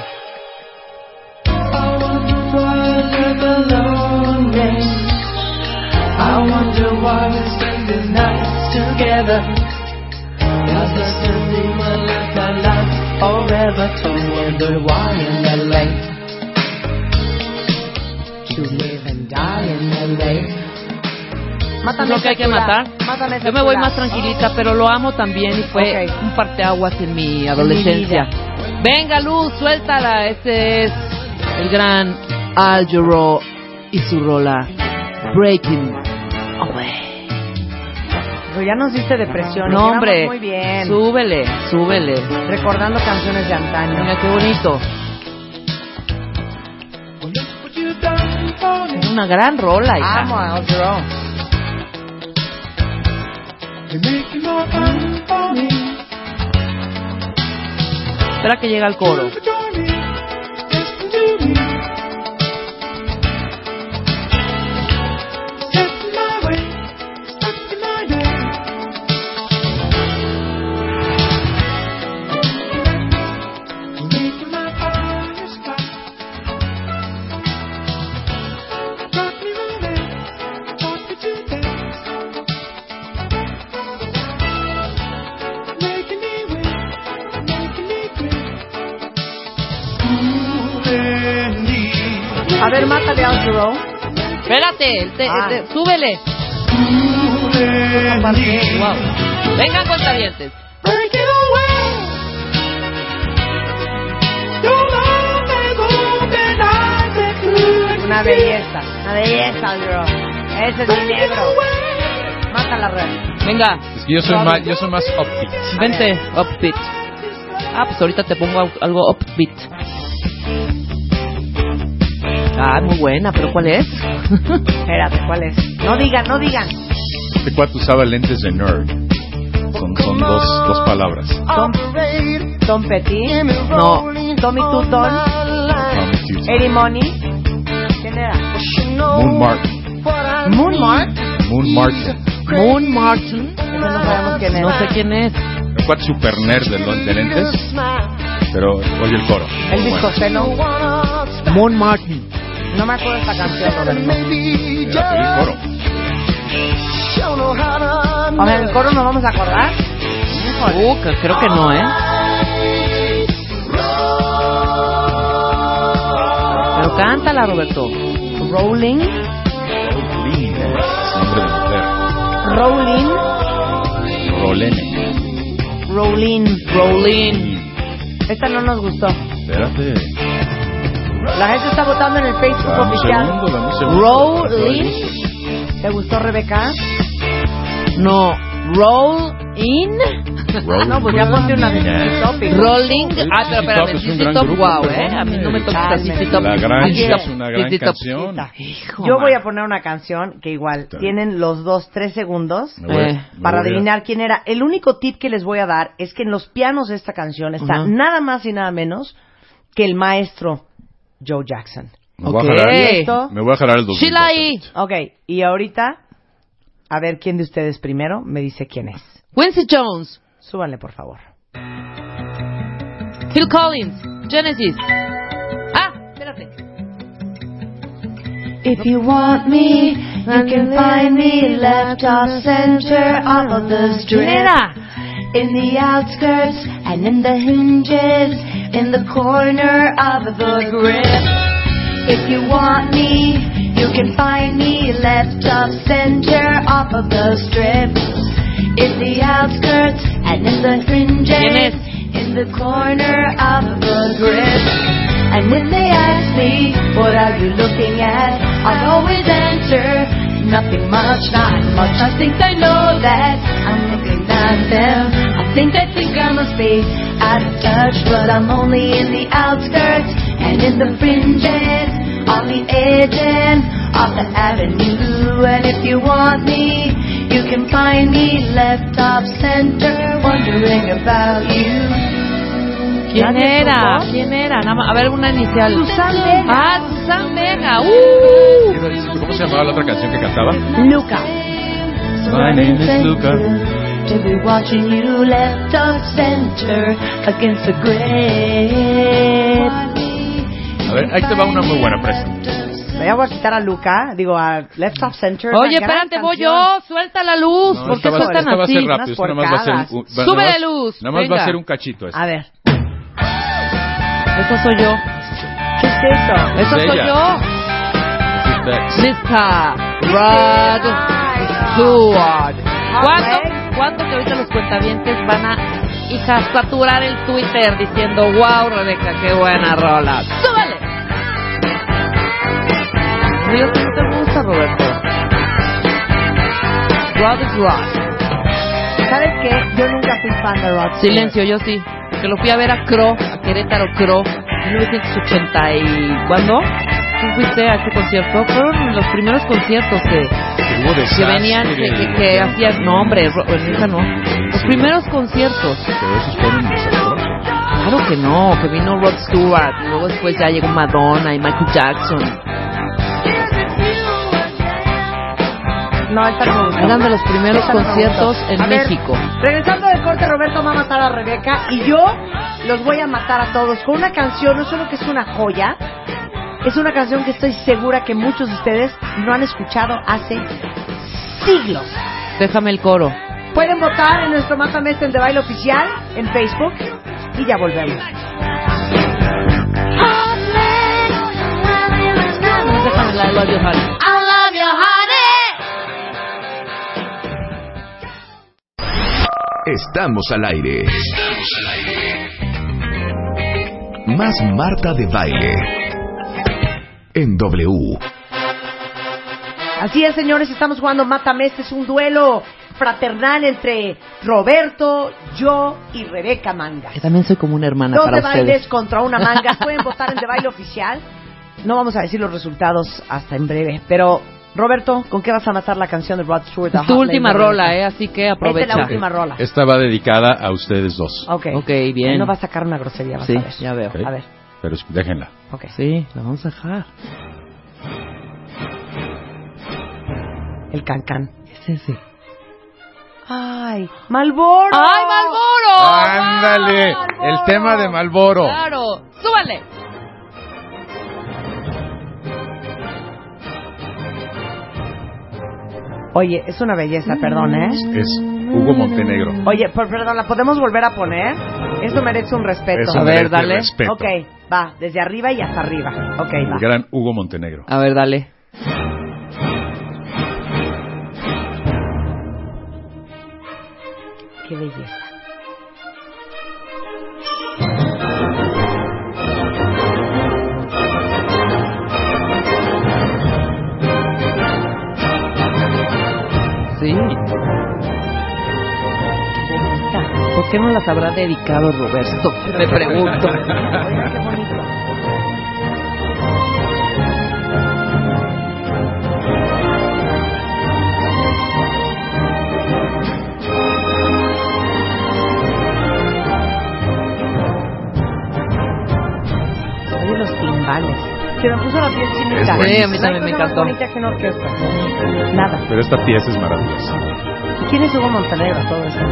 Speaker 8: To live and die in LA. Mátame
Speaker 2: Lo que hay que
Speaker 8: Sakura.
Speaker 2: matar.
Speaker 8: Mátame
Speaker 2: Yo me voy
Speaker 8: Sakura.
Speaker 2: más tranquilita, pero lo amo también y fue
Speaker 8: Ah. Ok.
Speaker 2: un parteaguas en mi adolescencia. Venga, Luz, suéltala. Este es el gran Al Jarreau y su rola Breaking
Speaker 8: Oh,
Speaker 2: Away.
Speaker 8: Pero ya nos diste depresión.
Speaker 2: No, hombre,
Speaker 8: Muy bien.
Speaker 2: súbele, súbele.
Speaker 8: Recordando canciones de antaño.
Speaker 2: Mira qué bonito. Una gran rola, hija.
Speaker 8: Amo a Ozzy Ah.
Speaker 2: Espera que llega al coro.
Speaker 8: A ver, mátale a Ozzy Rowe.
Speaker 2: Espérate, el te-
Speaker 8: Ah.
Speaker 2: el te- súbele. Wow. Venga, cuentavientes.
Speaker 8: Una belleza. Una belleza, Ozzy Rowe. Ese es mi negro. Mata la red.
Speaker 2: Venga,
Speaker 7: Es que yo soy más, yo soy más upbeat.
Speaker 2: vente, upbeat. Ah, pues ahorita te pongo al- algo upbeat. Ah, muy buena, pero ¿cuál es?
Speaker 8: Espérate, ¿cuál es? No digan, no digan.
Speaker 7: Este cuate usaba lentes de nerd. Son, son dos, dos palabras.
Speaker 8: Tom, Tom Petty.
Speaker 2: No.
Speaker 8: Tommy Tutton. Eddie Money. ¿Quién era?
Speaker 7: Moon Martin.
Speaker 8: Moon Mark.
Speaker 7: Moon Martin.
Speaker 2: Moon Martin.
Speaker 8: no sabemos quién es.
Speaker 2: No sé quién es.
Speaker 7: El cuate super nerd de, los- de lentes. Pero oye el coro.
Speaker 8: El disco
Speaker 2: Moon Martin.
Speaker 8: No me acuerdo esta canción, Roberto.
Speaker 7: Era oye el coro.
Speaker 8: O sea, el coro nos vamos a acordar.
Speaker 2: Uh, que- creo que no, ¿eh? Pero cántala, Roberto.
Speaker 8: Rolling.
Speaker 7: Rolene, es Nombre de mujer.
Speaker 8: Rolling.
Speaker 7: Rolene.
Speaker 8: Rolling.
Speaker 2: Rolling.
Speaker 8: Esta no nos gustó.
Speaker 7: Espérate.
Speaker 8: La gente está votando en el Facebook
Speaker 2: Ah,
Speaker 7: Dame un
Speaker 8: oficial.
Speaker 7: segundo, dame un segundo.
Speaker 2: Rolene.
Speaker 8: ¿Te gustó, Rebeca?
Speaker 2: No, Roll
Speaker 11: In.
Speaker 2: No, pues ya ponte una de CC Top. hijo. Rolling. Ah, pero espérame,
Speaker 7: es un
Speaker 2: CC
Speaker 7: gran
Speaker 2: Top,
Speaker 7: grupo,
Speaker 2: wow,
Speaker 7: perdón.
Speaker 2: ¿eh? A mí no me toca
Speaker 8: Calmen.
Speaker 2: CC Top.
Speaker 7: La gran
Speaker 2: Aquí
Speaker 7: Sia
Speaker 2: no.
Speaker 7: es una gran
Speaker 2: CC Top.
Speaker 7: canción.
Speaker 2: Hijo,
Speaker 8: Yo
Speaker 2: man.
Speaker 8: voy a poner una canción que igual tienen los dos tres segundos
Speaker 2: Me voy-
Speaker 8: eh,
Speaker 2: me
Speaker 8: para
Speaker 2: voy a-
Speaker 8: adivinar quién era. El único tip que les voy a dar es que en los pianos de esta canción está
Speaker 2: Ujú.
Speaker 8: nada más y nada menos que el maestro Joe Jackson.
Speaker 7: Me
Speaker 8: Ok.
Speaker 7: voy, a jalar,
Speaker 8: ¿Listo?
Speaker 7: me voy a jalar el 2000.
Speaker 8: ahí. Ok, y ahorita a ver quién de ustedes primero me dice quién es.
Speaker 2: Quincy Jones.
Speaker 8: Súbanle, por favor.
Speaker 2: Phil Collins. Genesis. Ah, espérate.
Speaker 10: If you want me, you can find me left off center off of the strip. In the outskirts and in the hinges, in the corner of the grip. If you want me, you can find me left off center off of the strip. In the outskirts and in the hinges, in the corner of the grip. And when they ask me, what are you looking at? I always answer, nothing much, not much. I think they know that I'm looking at them. I think they think I must be out of touch, but I'm only in the outskirts and in the fringes, on the edge and off the avenue. And if you want me, you can find me left off center, wondering about you.
Speaker 2: ¿Quién
Speaker 10: Nadie
Speaker 2: era?
Speaker 10: supo.
Speaker 2: ¿Quién era? Nada más, a ver, una inicial.
Speaker 10: Susan Vega.
Speaker 2: Ah, Susan Vega. ¡Uh!
Speaker 7: ¿Cómo se llamaba la otra canción que cantaba?
Speaker 10: Luca.
Speaker 7: My name is Luca.
Speaker 10: To be watching you left of center against the grip.
Speaker 7: A ver, ahí te va una muy buena presa.
Speaker 8: Voy a quitar a Luca, digo a Left of Center.
Speaker 2: Oye,
Speaker 8: una gran
Speaker 2: espérate, voy
Speaker 8: canción.
Speaker 2: yo. Suelta la luz.
Speaker 7: No,
Speaker 2: ¿Por qué
Speaker 7: esta va-
Speaker 2: sueltan
Speaker 7: esta va a
Speaker 2: así?
Speaker 7: ser rápido, esta nada más va a ser
Speaker 2: Unas
Speaker 7: un-
Speaker 2: porcadas.
Speaker 7: nada
Speaker 2: Sube
Speaker 7: más-
Speaker 2: la luz.
Speaker 7: nada más va a ser un cachito esta.
Speaker 2: A ver. Eso soy yo.
Speaker 8: ¿Qué es eso?
Speaker 2: Eso
Speaker 7: Es
Speaker 2: soy
Speaker 7: ella.
Speaker 2: yo. Mr. Rod Stewart. ¿Cuánto, ¿Cuánto que ahorita los cuentavientes van a, hija, saturar el Twitter diciendo, wow, Rebeca, qué buena rola? ¡Súbale! Pero yo sé que te gusta, Roberto. Rod is Rod.
Speaker 8: ¿Sabes qué? Yo nunca fui fan de Rod.
Speaker 2: Silencio, yo sí. Que lo fui a ver a Cro, a Querétaro Cro, 1980 y... ¿Cuándo? ¿Tú fuiste a este concierto? Fueron los primeros conciertos que...
Speaker 7: Hubo
Speaker 2: que
Speaker 7: desastre,
Speaker 2: venían, que, que- que hacían, no hombre, ro- en esa no, los primeros conciertos.
Speaker 7: Pero esos fueron desastrosos.
Speaker 2: Claro que no, que vino Rod Stewart, y luego después ya llegó Madonna y Michael Jackson.
Speaker 8: No, esta no me gustó.
Speaker 2: Eran de los primeros
Speaker 8: Esta no me
Speaker 2: conciertos
Speaker 8: gustó.
Speaker 2: en
Speaker 8: A ver,
Speaker 2: México.
Speaker 8: regresando del corte, Roberto va a matar a Rebeca y yo los voy a matar a todos con una canción, no solo que es una joya, es una canción que estoy segura que muchos de ustedes no han escuchado hace siglos.
Speaker 2: Déjame el coro.
Speaker 8: Pueden votar en nuestro Mata en de Baile Oficial en Facebook y ya volvemos.
Speaker 2: Déjame la de Love You, Honey.
Speaker 10: I love you, honey.
Speaker 1: Estamos al aire. Estamos al aire. Más Marta de Baile. En W.
Speaker 8: Así es, señores, estamos jugando Mátame. Este es un duelo fraternal entre Roberto, yo y Rebeca Manga.
Speaker 2: Que también soy como una hermana
Speaker 8: Dos
Speaker 2: para
Speaker 8: de
Speaker 2: ustedes.
Speaker 8: bailes contra una manga. Pueden votar en de baile oficial. No vamos a decir los resultados hasta en breve. Pero, Roberto, ¿con qué vas a matar la canción de Rod Stewart?
Speaker 2: Es tu última rola, eh, así que aprovecha.
Speaker 8: Esta es la última rola.
Speaker 7: Esta va dedicada a ustedes dos.
Speaker 8: Ok.
Speaker 2: Ok, bien.
Speaker 8: No va a sacar una grosería, vas
Speaker 2: Sí,
Speaker 8: a ver.
Speaker 2: ya veo.
Speaker 8: A ver,
Speaker 7: Pero es- déjenla.
Speaker 8: ok.
Speaker 2: Sí, la vamos a dejar.
Speaker 8: El cancán.
Speaker 2: Es ese.
Speaker 8: ¡Ay! ¡Malboro!
Speaker 2: ¡Ay, Malboro!
Speaker 7: ¡Ándale! El tema de Malboro.
Speaker 2: ¡Claro! ¡Súbale!
Speaker 8: Oye, es una belleza,
Speaker 2: Mm.
Speaker 8: perdón, ¿eh?
Speaker 7: Es Hugo Montenegro.
Speaker 8: Oye, por, perdón, ¿la podemos volver a poner? Esto merece un respeto.
Speaker 7: Eso A ver, merece dale. respeto.
Speaker 8: Ok, va, desde arriba y hasta arriba. Ok,
Speaker 7: El
Speaker 8: va.
Speaker 7: gran Hugo Montenegro.
Speaker 2: A ver, dale.
Speaker 8: Qué belleza.
Speaker 2: Sí. ¿Por qué no las habrá dedicado Roberto? Me pregunto.
Speaker 8: Oye, los timbales. Se me puso la piel chinita.
Speaker 2: Es buenísimo. Sí, a mí
Speaker 8: No hay
Speaker 2: también me
Speaker 8: cosa más
Speaker 2: encantó.
Speaker 8: bonita que una orquesta. Nada.
Speaker 7: Pero esta pieza es maravillosa.
Speaker 8: ¿Y ¿Quién es Hugo Montenegro a todo esto?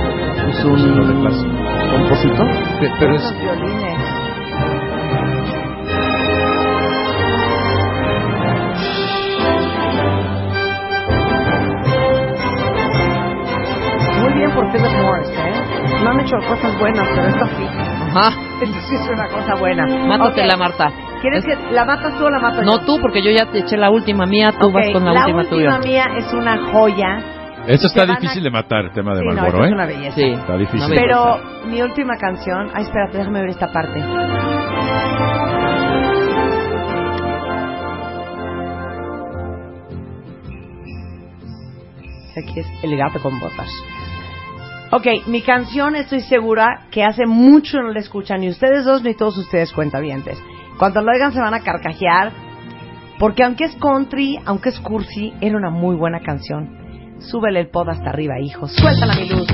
Speaker 2: Es un compositor. que- Pero es
Speaker 8: Los violines. Muy bien por Philip Morris, ¿eh? No han hecho cosas buenas, pero esta sí.
Speaker 2: Ajá.
Speaker 8: Esta sí es una cosa buena.
Speaker 2: Ah, Mátate
Speaker 8: Ok.
Speaker 2: la Marta.
Speaker 8: ¿Quieres que la matas tú o la mato yo?
Speaker 2: No tú, porque yo ya te eché la última mía, tú
Speaker 8: Ok,
Speaker 2: vas con la, última, tuya.
Speaker 8: mía es una joya.
Speaker 7: Esto está
Speaker 8: Te van a-
Speaker 7: difícil de matar, el tema de
Speaker 8: Sí, no,
Speaker 7: Malboro,
Speaker 8: esta es
Speaker 7: ¿eh?
Speaker 8: una belleza.
Speaker 2: Sí.
Speaker 7: Está difícil.
Speaker 2: No me-
Speaker 8: Pero mi última canción. Ay, espérate, déjame ver esta parte. Aquí es El gato con botas. Ok, mi canción estoy segura que hace mucho no la escuchan, ni ustedes dos ni todos ustedes cuentavientes. Cuando lo oigan se van a carcajear, porque aunque es country, aunque es cursi, era una muy buena canción. Súbele el pod hasta arriba, hijo. Suéltala, mi luz.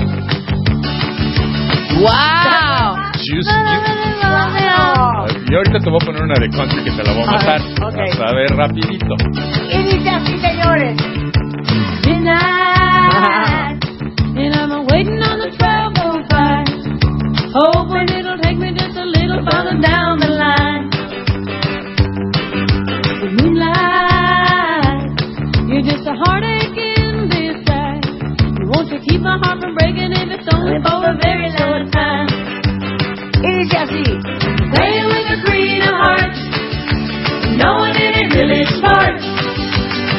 Speaker 2: ¡Wow!
Speaker 7: Choose you. Yo ahorita te voy a poner una de country que te la voy a
Speaker 8: A
Speaker 7: matar.
Speaker 8: ver, ok.
Speaker 7: Vas A ver, rapidito.
Speaker 10: Y dice así, señores. Tonight, and I'm a waiting on the 1205, hoping it'll take me just a little further down the line. The moonlight, you're just a heartache in this life. You want to keep my heart from breaking if it's only for a very short time.
Speaker 8: Y dice así.
Speaker 10: Playing with a green of hearts, knowing it ain't really sparks.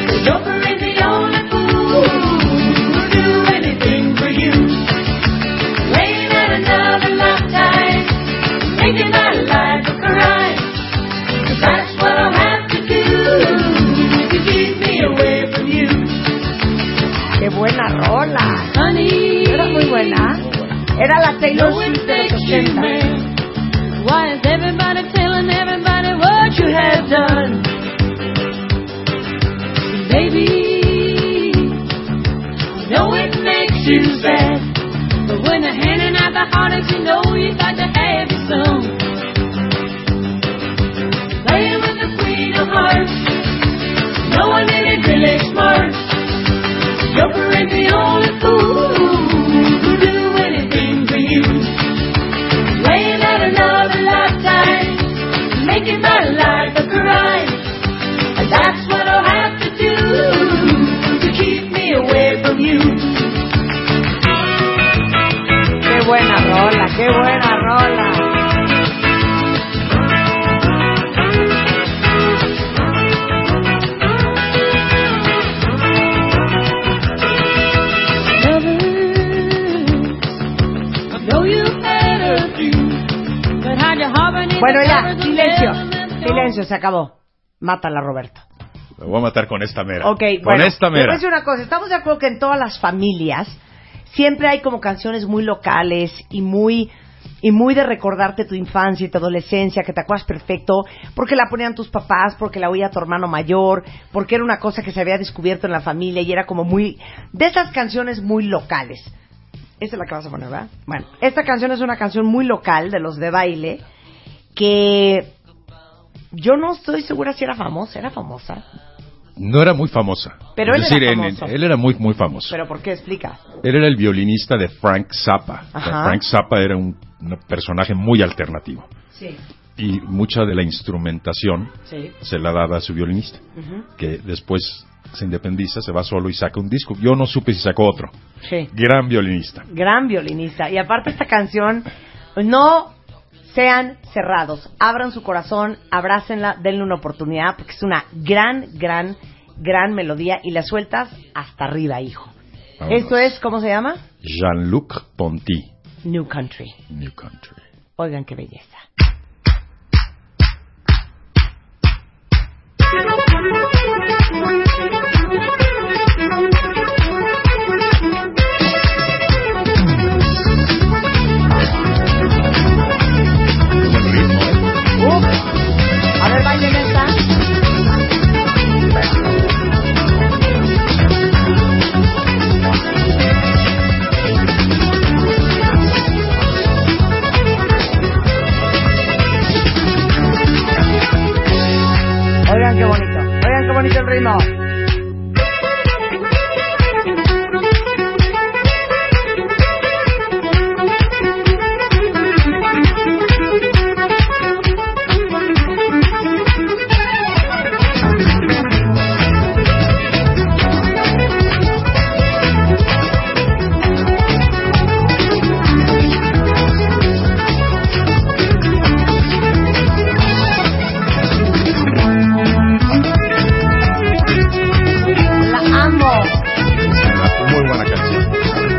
Speaker 10: The joker is the only fool who'll do anything for you. Laying out another lifetime, making my life a crime. 'Cause that's what I'll have to do to keep me away from you.
Speaker 8: ¡Qué buena rola!
Speaker 10: Honey,
Speaker 8: Era muy buena. Era la Taylor
Speaker 10: No
Speaker 8: Swift de los
Speaker 10: mistakes you
Speaker 8: 80.
Speaker 10: made. Why is everybody telling everybody what you have done? Baby, I know it makes you sad. But when they're handing out the heartaches, you know you got to have it soon. Playing with the queen of hearts, knowing that it really smarts. Joker ain't the only fool who'll do anything for you. Laying out another lifetime, making my life a crime. And that's what I'll have to do to keep me away from you.
Speaker 8: ¡Qué buena rola! ¡Qué buena rola!
Speaker 10: I know you've had a few, but hide your heart beneath
Speaker 8: Bueno,
Speaker 10: the
Speaker 8: ya,
Speaker 10: covers of
Speaker 8: silencio.
Speaker 10: heaven.
Speaker 8: Silencio, se acabó. Mátala, Roberto.
Speaker 7: Me voy a matar con esta mera.
Speaker 8: Ok,
Speaker 7: con
Speaker 8: bueno.
Speaker 7: esta
Speaker 8: te voy a
Speaker 7: mera.
Speaker 8: decir una cosa. Estamos de acuerdo que en todas las familias siempre hay como canciones muy locales y muy y muy de recordarte tu infancia y tu adolescencia, que te acuerdas perfecto, porque la ponían tus papás, porque la oía tu hermano mayor, porque era una cosa que se había descubierto en la familia y era como muy de esas canciones muy locales. Esta es la que vas a poner, ¿verdad? Bueno, esta canción es una canción muy local de los de baile que yo no estoy segura si era famosa, era famosa.
Speaker 7: No era muy famosa.
Speaker 8: Pero
Speaker 7: Es
Speaker 8: él
Speaker 7: decir,
Speaker 8: era
Speaker 7: en-
Speaker 8: famoso.
Speaker 7: en- él era muy, muy famoso.
Speaker 8: Pero ¿por qué explicas?
Speaker 7: Él era el violinista de Frank Zappa. O sea,
Speaker 8: Ajá.
Speaker 7: Frank Zappa era un, un personaje muy alternativo.
Speaker 8: Sí,
Speaker 7: Y mucha de la instrumentación
Speaker 8: sí.
Speaker 7: se la daba a su violinista, que después se independiza, se va solo y saca un disco. Yo no supe si sacó otro.
Speaker 8: Sí.
Speaker 7: Gran violinista.
Speaker 8: Gran violinista. Y aparte esta canción, pues, no sean cerrados. Abran su corazón, abrácenla, denle una oportunidad, porque es una gran, gran, gran melodía y la sueltas hasta arriba, hijo.
Speaker 7: Vámonos.
Speaker 8: Esto es, ¿cómo se llama?
Speaker 7: Jean-Luc Ponty,
Speaker 8: New Country.
Speaker 7: New Country.
Speaker 8: Oigan qué belleza.
Speaker 10: Thank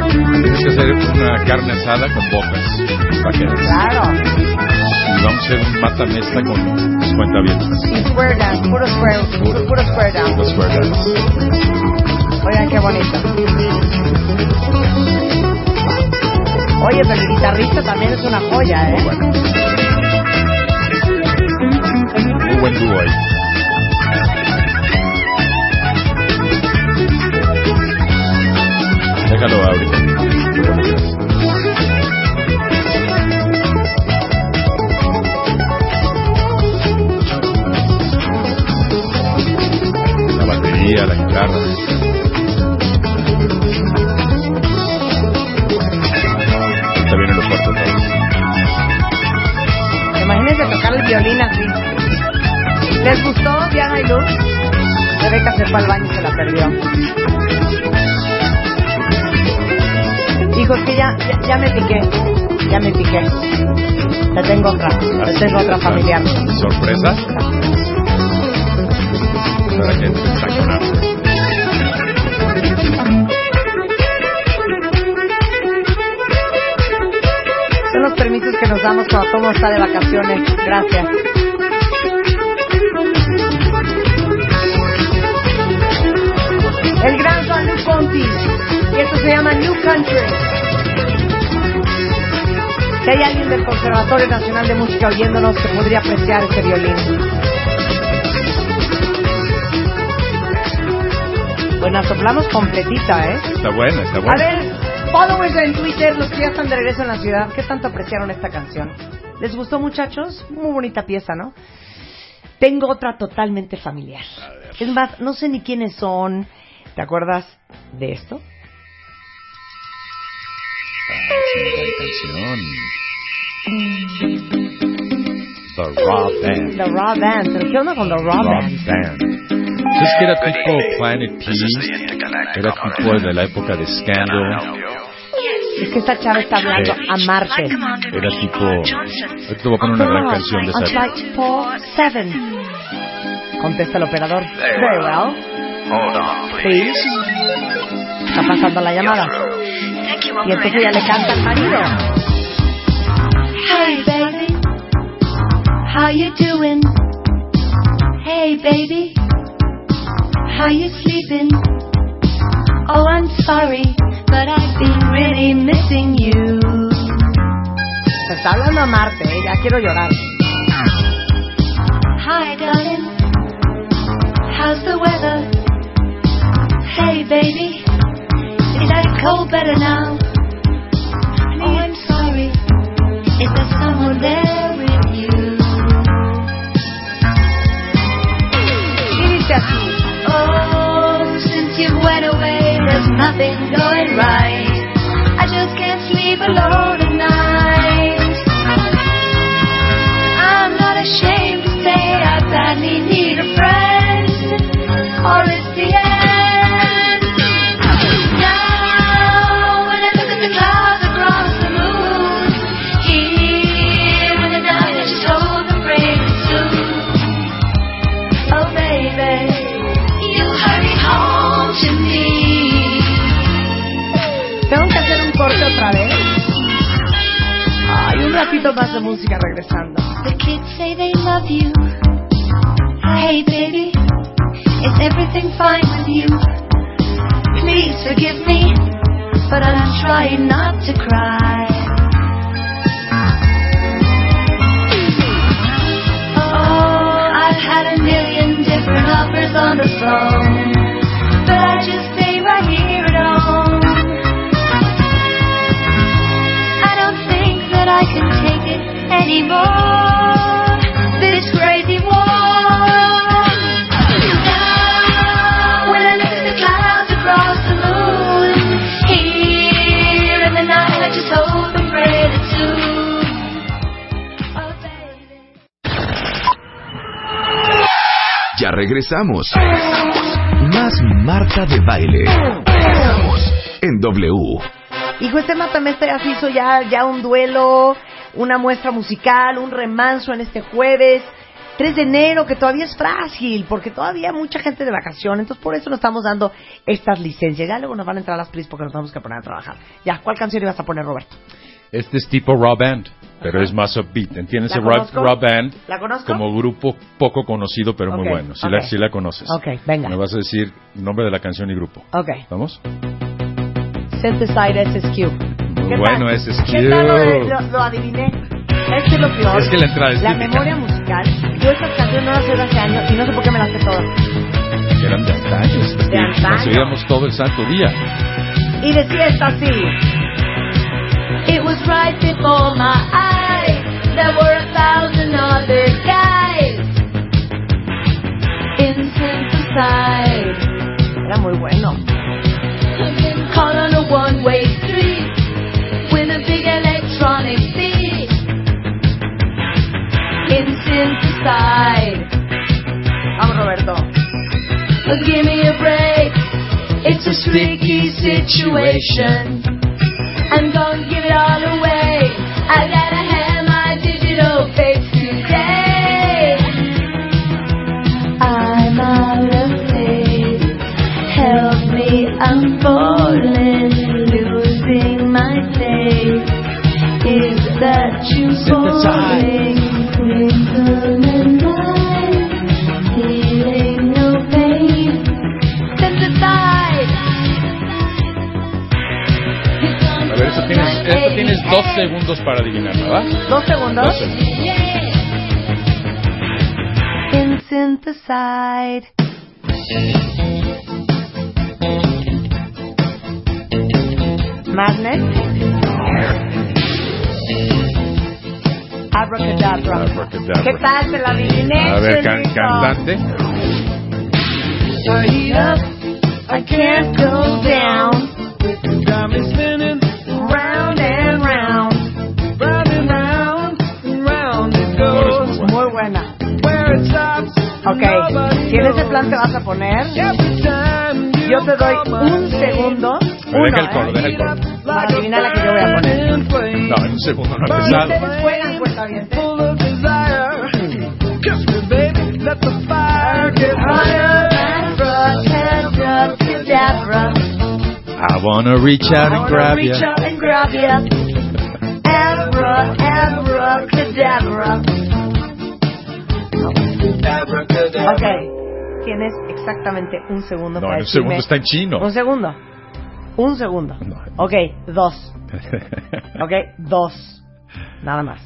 Speaker 7: para carne asada con bocas. Vaqueras.
Speaker 8: Claro.
Speaker 7: Y vamos a hacer un matamesta con los cuentavientes.
Speaker 8: Y square dance, puro square, puro, puro square dance.
Speaker 7: Los square dance.
Speaker 8: Oigan qué bonito. Oye, pero el guitarrista también es una joya, ¿eh?
Speaker 7: Muy buen dúo ahí. Déjalo ahorita. La batería, la guitarra. Está bien en los cuartos.
Speaker 8: Imagínense tocar el violín así. ¿Les gustó Diana y Luz? Rebeca se fue al baño y se la perdió. Hijos, que ya, ya, ya me piqué. Ya me piqué. Te tengo otra. Te tengo otra familiar.
Speaker 7: Sorpresa. Para que te sacan
Speaker 8: Son los permisos que nos damos cuando todo el mundo está de vacaciones. Gracias. El gran Juan Luis Ponti. Y esto se llama New Country. Si hay alguien del Conservatorio Nacional de Música oyéndonos que podría apreciar este violín. Bueno, Pues soplamos completita, ¿eh?
Speaker 7: Está buena, está
Speaker 8: A
Speaker 7: buena.
Speaker 8: ver, followers en Twitter, los que ya están de regreso en la ciudad, ¿qué tanto apreciaron esta canción? ¿Les gustó, muchachos? Muy bonita pieza, ¿no? Tengo otra totalmente familiar. Es más, no sé ni quiénes son. ¿Te acuerdas de esto?
Speaker 7: canción. The Raw Band.
Speaker 8: The Raw Band. ¿Pero qué onda con The Raw
Speaker 7: Raw
Speaker 8: Band?
Speaker 7: Band. Es que era tipo Planet P, era tipo de la época de Scandal,
Speaker 8: Es que esta chava está hablando
Speaker 7: Sí.
Speaker 8: a Marte.
Speaker 7: era tipo... Ahorita te voy a poner una
Speaker 8: Ah,
Speaker 7: gran canción de esa época.
Speaker 8: Unlike Paul Seven. Contesta el operador. Very well. Please. Está pasando la llamada. Y entonces ya le canta al marido.
Speaker 10: Hey baby, how you doing? Hey baby, how you sleeping? Oh, I'm sorry, but I've been really missing you.
Speaker 8: Se está hablando a Marte, ¿eh? ya quiero llorar.
Speaker 10: Hi darling, how's the weather? Hey baby, is that cold better now? Oh, I'm sorry, is there someone there with you?
Speaker 8: Y dice así.
Speaker 10: Oh, since you went away, there's nothing going right. I just can't sleep alone at night. I'm not ashamed to say I badly need a friend, or it's the end. Now, when I look at the clouds across the moon, here in the night, I just hold the break soon. Oh, baby, you hurry home to me.
Speaker 8: Tengo que hacer un corte otra vez. Ay, un ratito más de música regresando.
Speaker 10: The kids say they love you. Hey, baby, is everything fine with you? Please forgive me, but I'm trying not to cry. Oh, I've had a million different offers on the phone, but I just stay right here at home. I don't think that I can take it anymore. This crazy war. Now, when I look at the clouds across the moon, here in the night, I just hope and pray that soon. Oh, baby.
Speaker 1: Ya regresamos. Más Marta de Baile. En W.
Speaker 8: Hijo, este Matamesta ya se hizo ya, ya un duelo, una muestra musical, un remanso en este jueves. 3 de enero, que todavía es frágil, porque todavía mucha gente de vacaciones, entonces por eso nos estamos dando estas licencias. Ya luego nos van a entrar las PRIs porque nos tenemos que poner a trabajar. Ya, ¿cuál canción ibas a poner, Roberto?
Speaker 7: Este es tipo raw band, pero es más upbeat. ¿Entiendes?
Speaker 8: ¿La
Speaker 7: El raw,
Speaker 8: conozco?
Speaker 7: raw band
Speaker 8: ¿La conozco?
Speaker 7: como grupo poco conocido, pero muy
Speaker 8: Ok,
Speaker 7: bueno. Si,
Speaker 8: ok.
Speaker 7: la, si la conoces.
Speaker 8: Ok, venga.
Speaker 7: Me vas a decir nombre de la canción y grupo.
Speaker 8: Ok.
Speaker 7: ¿Vamos?
Speaker 8: Synthesize SSQ.
Speaker 7: Muy
Speaker 8: ¿Qué
Speaker 7: bueno,
Speaker 8: tal?
Speaker 7: ese es
Speaker 8: ¿Qué tal lo,
Speaker 7: cute.
Speaker 8: lo- lo adiviné? Este Es que es lo peor.
Speaker 7: Es que la entrada es
Speaker 8: La
Speaker 7: típica.
Speaker 8: memoria musical. Yo estas canciones no las sé de hace años y no sé por qué me las sé todas.
Speaker 7: Eran de antaño. estas
Speaker 8: De
Speaker 7: que Las
Speaker 8: antaño.
Speaker 7: oíamos todo el santo día.
Speaker 8: Y decía esta así.
Speaker 10: It was right before my eyes. There were a thousand other guys in synthesize.
Speaker 8: Era muy bueno.
Speaker 10: Caught on a one-way street with a big electronic beat in synthesize.
Speaker 8: Vamos, Roberto.
Speaker 10: But give me a break. It's a tricky situation. I'm gonna give it all away. I gotta have my digital fix today. I'm out of faith. Help me, I'm falling, losing my faith. Is that you falling? Rhythm and rhyme, feeling no pain. Synthesize.
Speaker 7: A ver, esto tienes, esto tienes dos segundos para adivinar, ¿verdad?
Speaker 8: Dos segundos.
Speaker 7: Dos segundos.
Speaker 10: In synthesize.
Speaker 8: Magnet. Abracadabra.
Speaker 7: Abracadabra.
Speaker 8: ¿Qué tal? Te la adiviné.
Speaker 7: A ver, can-
Speaker 8: Chelito.
Speaker 7: cantante.
Speaker 10: Hurry up, I can't go down.
Speaker 8: Round and round.
Speaker 7: No, es muy bueno.
Speaker 8: Muy buena. Ok. Si en ese plan te vas a poner, yo te doy un segundo.
Speaker 7: Pero Deja el
Speaker 8: Uno,
Speaker 7: coro,
Speaker 8: ¿eh?
Speaker 7: deja el coro.
Speaker 8: Para adivinar la que yo voy a poner.
Speaker 7: No, en un segundo no ha
Speaker 8: Si
Speaker 7: empezado.
Speaker 8: ustedes juegan, cuentavientes.
Speaker 10: Abracadabra.
Speaker 7: I wanna reach out and grab
Speaker 10: Reach
Speaker 7: ya.
Speaker 10: out and grab ya. Abra, abracadabra.
Speaker 8: Ok. Tienes exactamente un segundo
Speaker 7: No,
Speaker 8: para
Speaker 7: en un segundo
Speaker 8: decirme-
Speaker 7: está en chino.
Speaker 8: Un segundo. Un segundo.
Speaker 7: No.
Speaker 8: Ok, dos. Ok, dos. Nada más.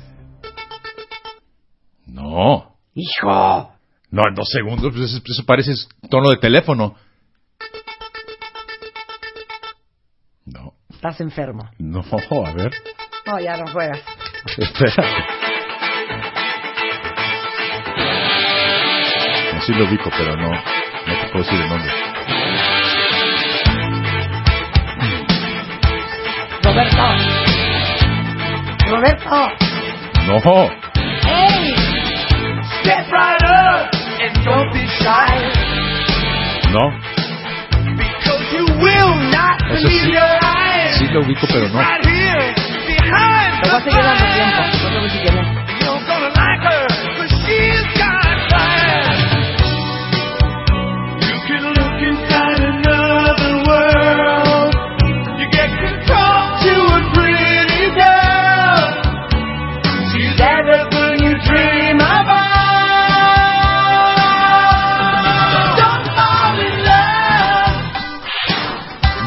Speaker 7: No.
Speaker 8: ¡Hijo!
Speaker 7: No, en dos segundos, pues, eso- eso parece tono de teléfono. No,
Speaker 8: Estás enfermo.
Speaker 7: no, a ver.
Speaker 8: No, ya no juegas.
Speaker 7: Espera. No, sí lo digo, pero no, no te puedo decir el nombre.
Speaker 8: Roberto. Roberto.
Speaker 7: No, no. Eso sí, sí lo ubico, pero no.
Speaker 8: Te voy a seguir dando tiempo. No te voy a decir que no.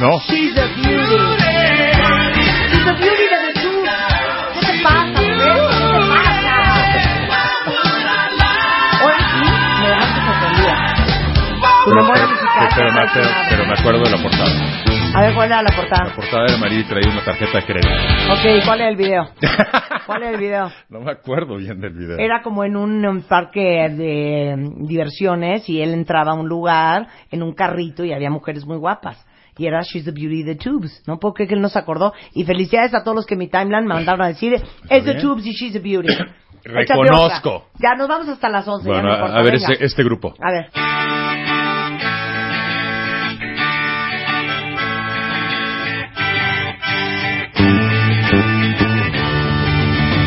Speaker 7: No,
Speaker 8: She's a beauty de Jesús. ¿Qué te pasa, mujer? ¿Qué te pasa? Ahora sí, me dejaste sorprendida. Tu
Speaker 7: pero,
Speaker 8: memoria
Speaker 7: pero-
Speaker 8: musical.
Speaker 7: pero me- pero- pero me acuerdo de la portada.
Speaker 8: A ver, ¿cuál era la
Speaker 7: La
Speaker 8: portada?
Speaker 7: portada era María y traía una tarjeta de crédito.
Speaker 8: Ok, ¿cuál era el video? ¿Cuál era el video?
Speaker 7: No me acuerdo bien del video.
Speaker 8: Era como en un um, parque de um, diversiones y él entraba a un lugar en un carrito y había mujeres muy guapas. Y era She's the Beauty the Tubes. No puedo creer que él no se acordó. Y felicidades a todos los que en mi timeline mandaron a decir Es the
Speaker 7: bien.
Speaker 8: Tubes y She's the Beauty. Échate
Speaker 7: Reconozco.
Speaker 8: otra. Ya nos vamos hasta las 11. ya
Speaker 7: Bueno,
Speaker 8: no
Speaker 7: a,
Speaker 8: importa,
Speaker 7: a ver
Speaker 8: venga.
Speaker 7: este, este grupo.
Speaker 8: A ver.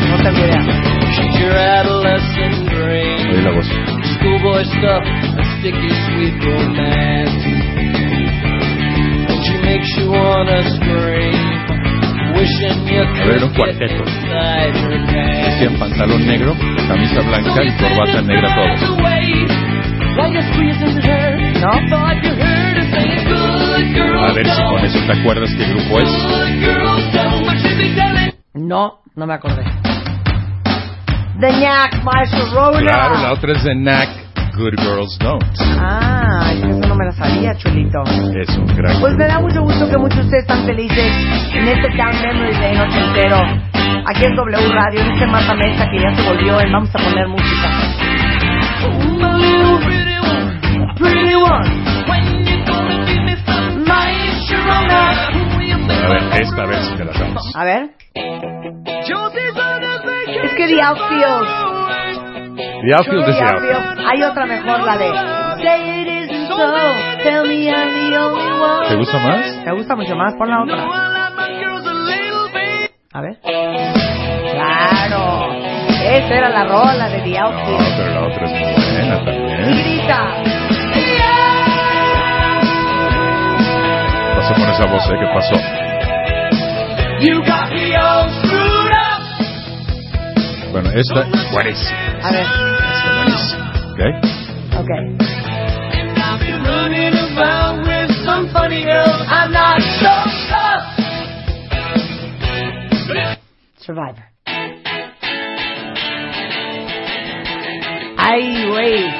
Speaker 8: No tengo idea.
Speaker 7: Oye la voz.
Speaker 11: stuff, a sticky sweet romance. And she makes you wanna scream, wishing you
Speaker 7: Pero
Speaker 11: could
Speaker 7: era un cuarteto.
Speaker 11: inside her pants.
Speaker 7: Decían pantalón negro, camisa blanca y corbata negra todos. A ver si con eso te acuerdas qué grupo es.
Speaker 8: No, no me acordé. The Knack, Marshall Roller.
Speaker 7: Claro, la otra es de Knack, Good Girls Don't.
Speaker 8: Ah, yo eso no me la sabía, chulito.
Speaker 7: Es un gran
Speaker 8: Pues me
Speaker 7: grupo.
Speaker 8: da mucho gusto que muchos de ustedes están felices en este Down Memory Lane ochentero. Aquí en W Radio, dice Marta Mesa que ya se volvió en Vamos a Poner Música.
Speaker 7: A ver, esta vez te la damos.
Speaker 8: A ver. Es que The Outfield.
Speaker 7: The Outfield
Speaker 8: The
Speaker 7: es The Outfield.
Speaker 8: Outfield. Hay otra mejor, la de Say It Isn't So, Tell Me I'm the Only One.
Speaker 7: ¿Te gusta más?
Speaker 8: Me gusta mucho más, pon la otra. A ver. Claro. Esa era la rola de The
Speaker 7: No,
Speaker 8: Outfield.
Speaker 7: pero la otra es muy buena también.
Speaker 8: Grita.
Speaker 7: Pasó con esa voz, ¿eh? ¿Qué pasó?
Speaker 11: You got me all screwed up.
Speaker 7: Bueno, esta, buenísima.
Speaker 8: A ver.
Speaker 7: Esta, buenísima. ¿Ok?
Speaker 8: Ok.
Speaker 11: I've been running around with some funny girl. I'm not so tough.
Speaker 8: Survivor. Ay, güey.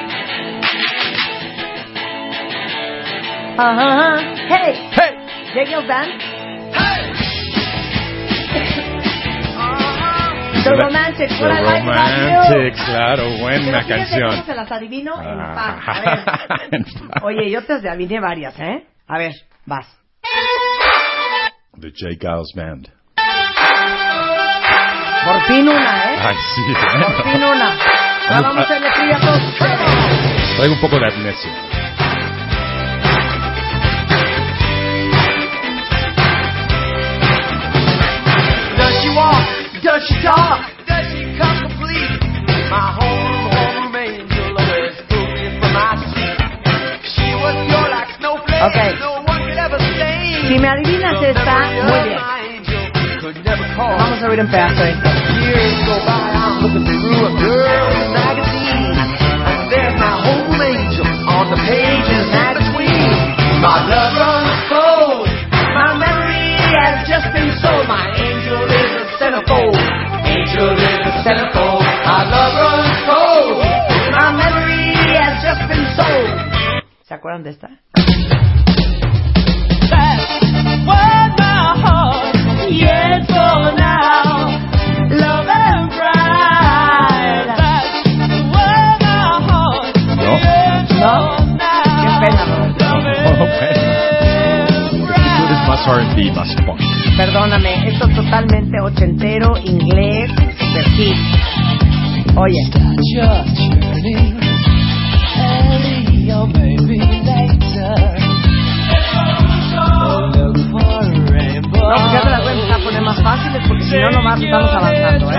Speaker 8: Ajá. Uh-huh, Hey. Hey. Daniel Dan. The Romantics, what I like about you.
Speaker 7: Romantic, claro, buena
Speaker 8: Pero fíjate cómo
Speaker 7: canción.
Speaker 8: Se las adivino en par. A ver.
Speaker 7: Ah, en fact.
Speaker 8: Oye, yo te adiviné varias, ¿eh? A ver, vas.
Speaker 7: The Jay Giles Band.
Speaker 8: Por fin una, ¿eh?
Speaker 7: Ay, sí.
Speaker 8: Por fin una. Ya vamos a hacerle frío a todos.
Speaker 7: Traigo un poco de amnesia.
Speaker 11: Does she walk? Does she talk? Does she come complete? My whole room, whole room angel always pulled me from my seat. She was pure like snowflake.
Speaker 8: Okay.
Speaker 11: No one could ever stain.
Speaker 8: Si me adivinas
Speaker 11: The
Speaker 8: esta,
Speaker 11: memory
Speaker 8: muy
Speaker 11: of
Speaker 8: bien.
Speaker 11: my angel could never call.
Speaker 8: Vamos a abrir en pedazo esto.
Speaker 11: Years go by, I'm looking through a girl's magazine. And there's my whole angel on the pages in between. My love runs cold. My memory has just been sold. My angel is a centerfold. Angel is a centerfold. My love runs cold. My memory has just been sold.
Speaker 8: ¿Se acuerdan de esta?
Speaker 7: ¿No?
Speaker 8: ¿No? Qué pena.
Speaker 7: Oh, bueno. Es que tú eres más R&B, más punk.
Speaker 8: Perdóname, esto es totalmente ochentero, inglés, super hit. Oye, no, pues ya te las voy a empezar a poner más fáciles porque si no, nomás estamos avanzando, ¿eh?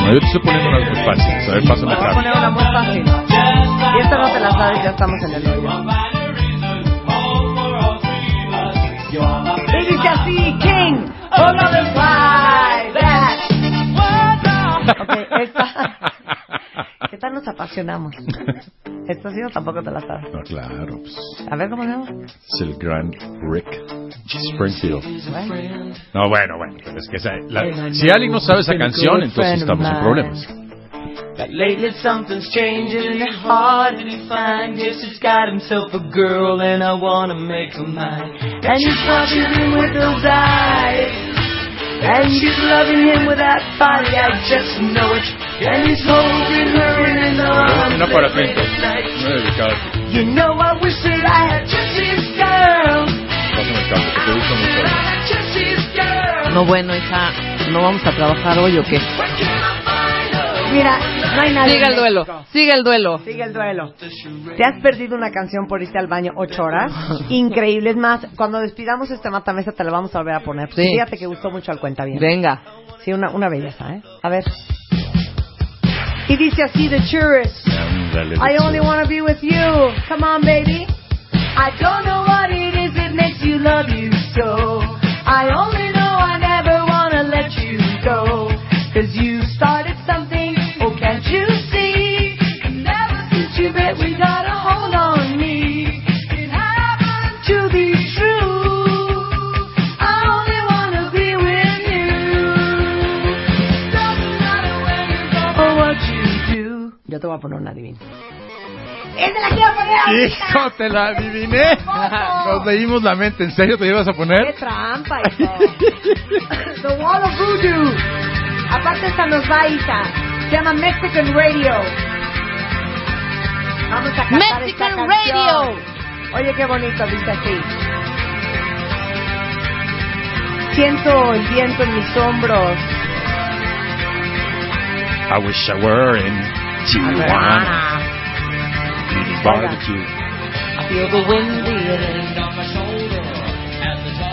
Speaker 7: No, yo te estoy poniendo unas muy fáciles. A ver, pásame
Speaker 8: Te voy a
Speaker 7: acá.
Speaker 8: poner una muy fácil. Y esta no te la sabes, ya estamos en el hoyo. Y dice así, King, oh, no me fly that. Ok, esta. ¿Qué tal nos apasionamos? Esta sí no tampoco te la sabes.
Speaker 7: No, claro, pues,
Speaker 8: A ver cómo se llama.
Speaker 7: es el gran Rick Springfield.
Speaker 8: Bueno.
Speaker 7: No, bueno, bueno, pero es que esa, la- si alguien no sabe esa canción, entonces estamos en problemas.
Speaker 11: Lately something's changing and it's hard to define. Guess he's got himself a girl and I wanna make her mine. And she's watching him with those eyes. And she's loving him with that body, I just know it. And he's holding her in his arms.
Speaker 7: Una para ti.
Speaker 11: late at night.
Speaker 7: Una dedicada a ti.
Speaker 11: You know I wish that I had just this girl.
Speaker 7: Pásame el campo, que te gusta
Speaker 11: That I
Speaker 7: mucho.
Speaker 11: had just this girl.
Speaker 2: No, bueno, hija, ¿no vamos a trabajar hoy o qué?
Speaker 11: Where can I find her?
Speaker 8: Mira, no hay nadie.
Speaker 2: Sigue el duelo, sigue el duelo.
Speaker 8: Sigue el duelo. ¿Te has perdido una canción por irte al baño ocho horas? Increíble. Es más, cuando despidamos este matamesa te la vamos a volver a poner.
Speaker 2: Sí.
Speaker 8: Fíjate que gustó mucho al cuenta bien.
Speaker 2: Venga.
Speaker 8: Sí, una, una belleza, ¿eh? A ver. Y dice así The Tourist.
Speaker 7: Ándale,
Speaker 8: I only want to be with you. Come on, baby.
Speaker 10: I don't know what it is that makes you love you so. I only know I never wanna let you go. Cause you started something, oh can't you see? And Ever since you bet we got a hold on me. It happened to be true. I only wanna be with you. Doesn't matter where you go
Speaker 9: Oh,
Speaker 10: or what you do.
Speaker 9: Yo te voy a poner una divina.
Speaker 10: ¡Esa la quiero poner ahorita!
Speaker 7: Hijo, te la adiviné. Nos leímos la mente. ¿En serio te ibas a
Speaker 8: ¡Qué
Speaker 7: poner?
Speaker 8: trampa, hijo! The Wall of Voodoo. Aparte esta nos va, hija. Se llama Mexican Radio. Vamos a cantar esta
Speaker 2: Mexican
Speaker 8: canción.
Speaker 2: Radio.
Speaker 8: Oye, qué bonito, dice así. Siento el viento en mis hombros.
Speaker 7: I wish I were in Tijuana.
Speaker 2: Ah,
Speaker 7: Eating barbecue.
Speaker 10: I feel the wind blowing on my shoulder.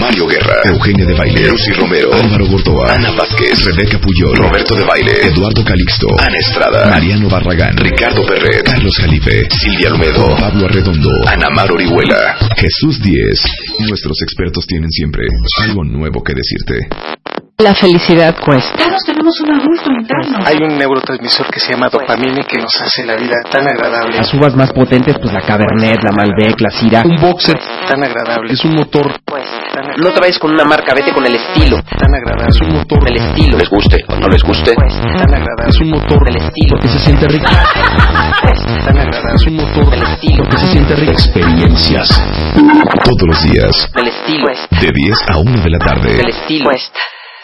Speaker 1: Mario Guerra, Eugenia de Baile, Lucy Romero, Álvaro Gordoa, Ana Vázquez, Rebeca Puyol, Roberto de Baile, Eduardo Calixto, Ana Estrada, Mariano Barragán, Ricardo Perret, Carlos Jalife, Silvia Almedo, Pablo Arredondo, Ana Mar Orihuela, Jesús Díez. Nuestros expertos tienen siempre algo nuevo que decirte.
Speaker 2: La felicidad cuesta.
Speaker 3: Todos tenemos un adulto interno.
Speaker 4: Hay un neurotransmisor que se llama
Speaker 5: Pues.
Speaker 4: dopamina y que nos hace la vida tan agradable,
Speaker 6: Las uvas más potentes, pues la Cabernet, la Malbec, la Syrah. Un boxer.
Speaker 4: tan agradable,
Speaker 6: un motor.
Speaker 5: Pues. No te vayas con una marca, vete con el estilo.
Speaker 4: tan agradable,
Speaker 5: Con el estilo. Les guste o no les guste.
Speaker 4: tan agradable,
Speaker 6: un motor.
Speaker 5: Con el estilo.
Speaker 6: se siente rico.
Speaker 4: tan agradable,
Speaker 6: un motor.
Speaker 5: Con el estilo.
Speaker 6: se siente rico.
Speaker 1: Experiencias. Todos los días, Pues.
Speaker 5: Con el estilo.
Speaker 1: de 10 a 1 de la
Speaker 5: Con el
Speaker 1: tarde.
Speaker 5: estilo.
Speaker 2: Pues,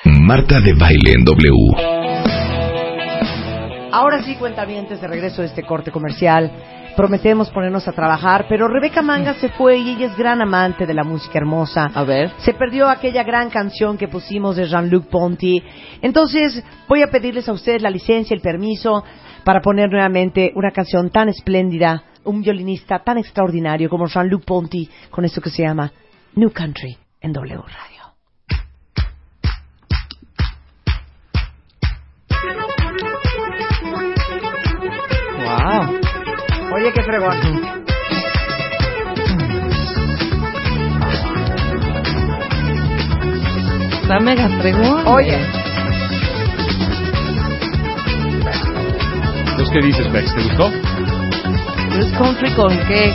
Speaker 1: Marta de Baile en W.
Speaker 8: Ahora sí, cuentavientes, de regreso de este corte comercial. Prometemos ponernos a trabajar, pero Rebeca Manga se fue y ella es gran amante de la música hermosa.
Speaker 2: A ver.
Speaker 8: Se perdió aquella gran canción que pusimos de Jean-Luc Ponty. Entonces, voy a pedirles a ustedes la licencia, el permiso, para poner nuevamente una canción tan espléndida, un violinista tan extraordinario como Jean-Luc Ponty, con esto que se llama New Country en W Radio. Oye, qué fregón.
Speaker 2: Está mega fregón.
Speaker 8: Oye,
Speaker 7: ¿Los qué dices, Bex? ¿Te gustó?
Speaker 8: Eh,
Speaker 2: ¿Es country con qué?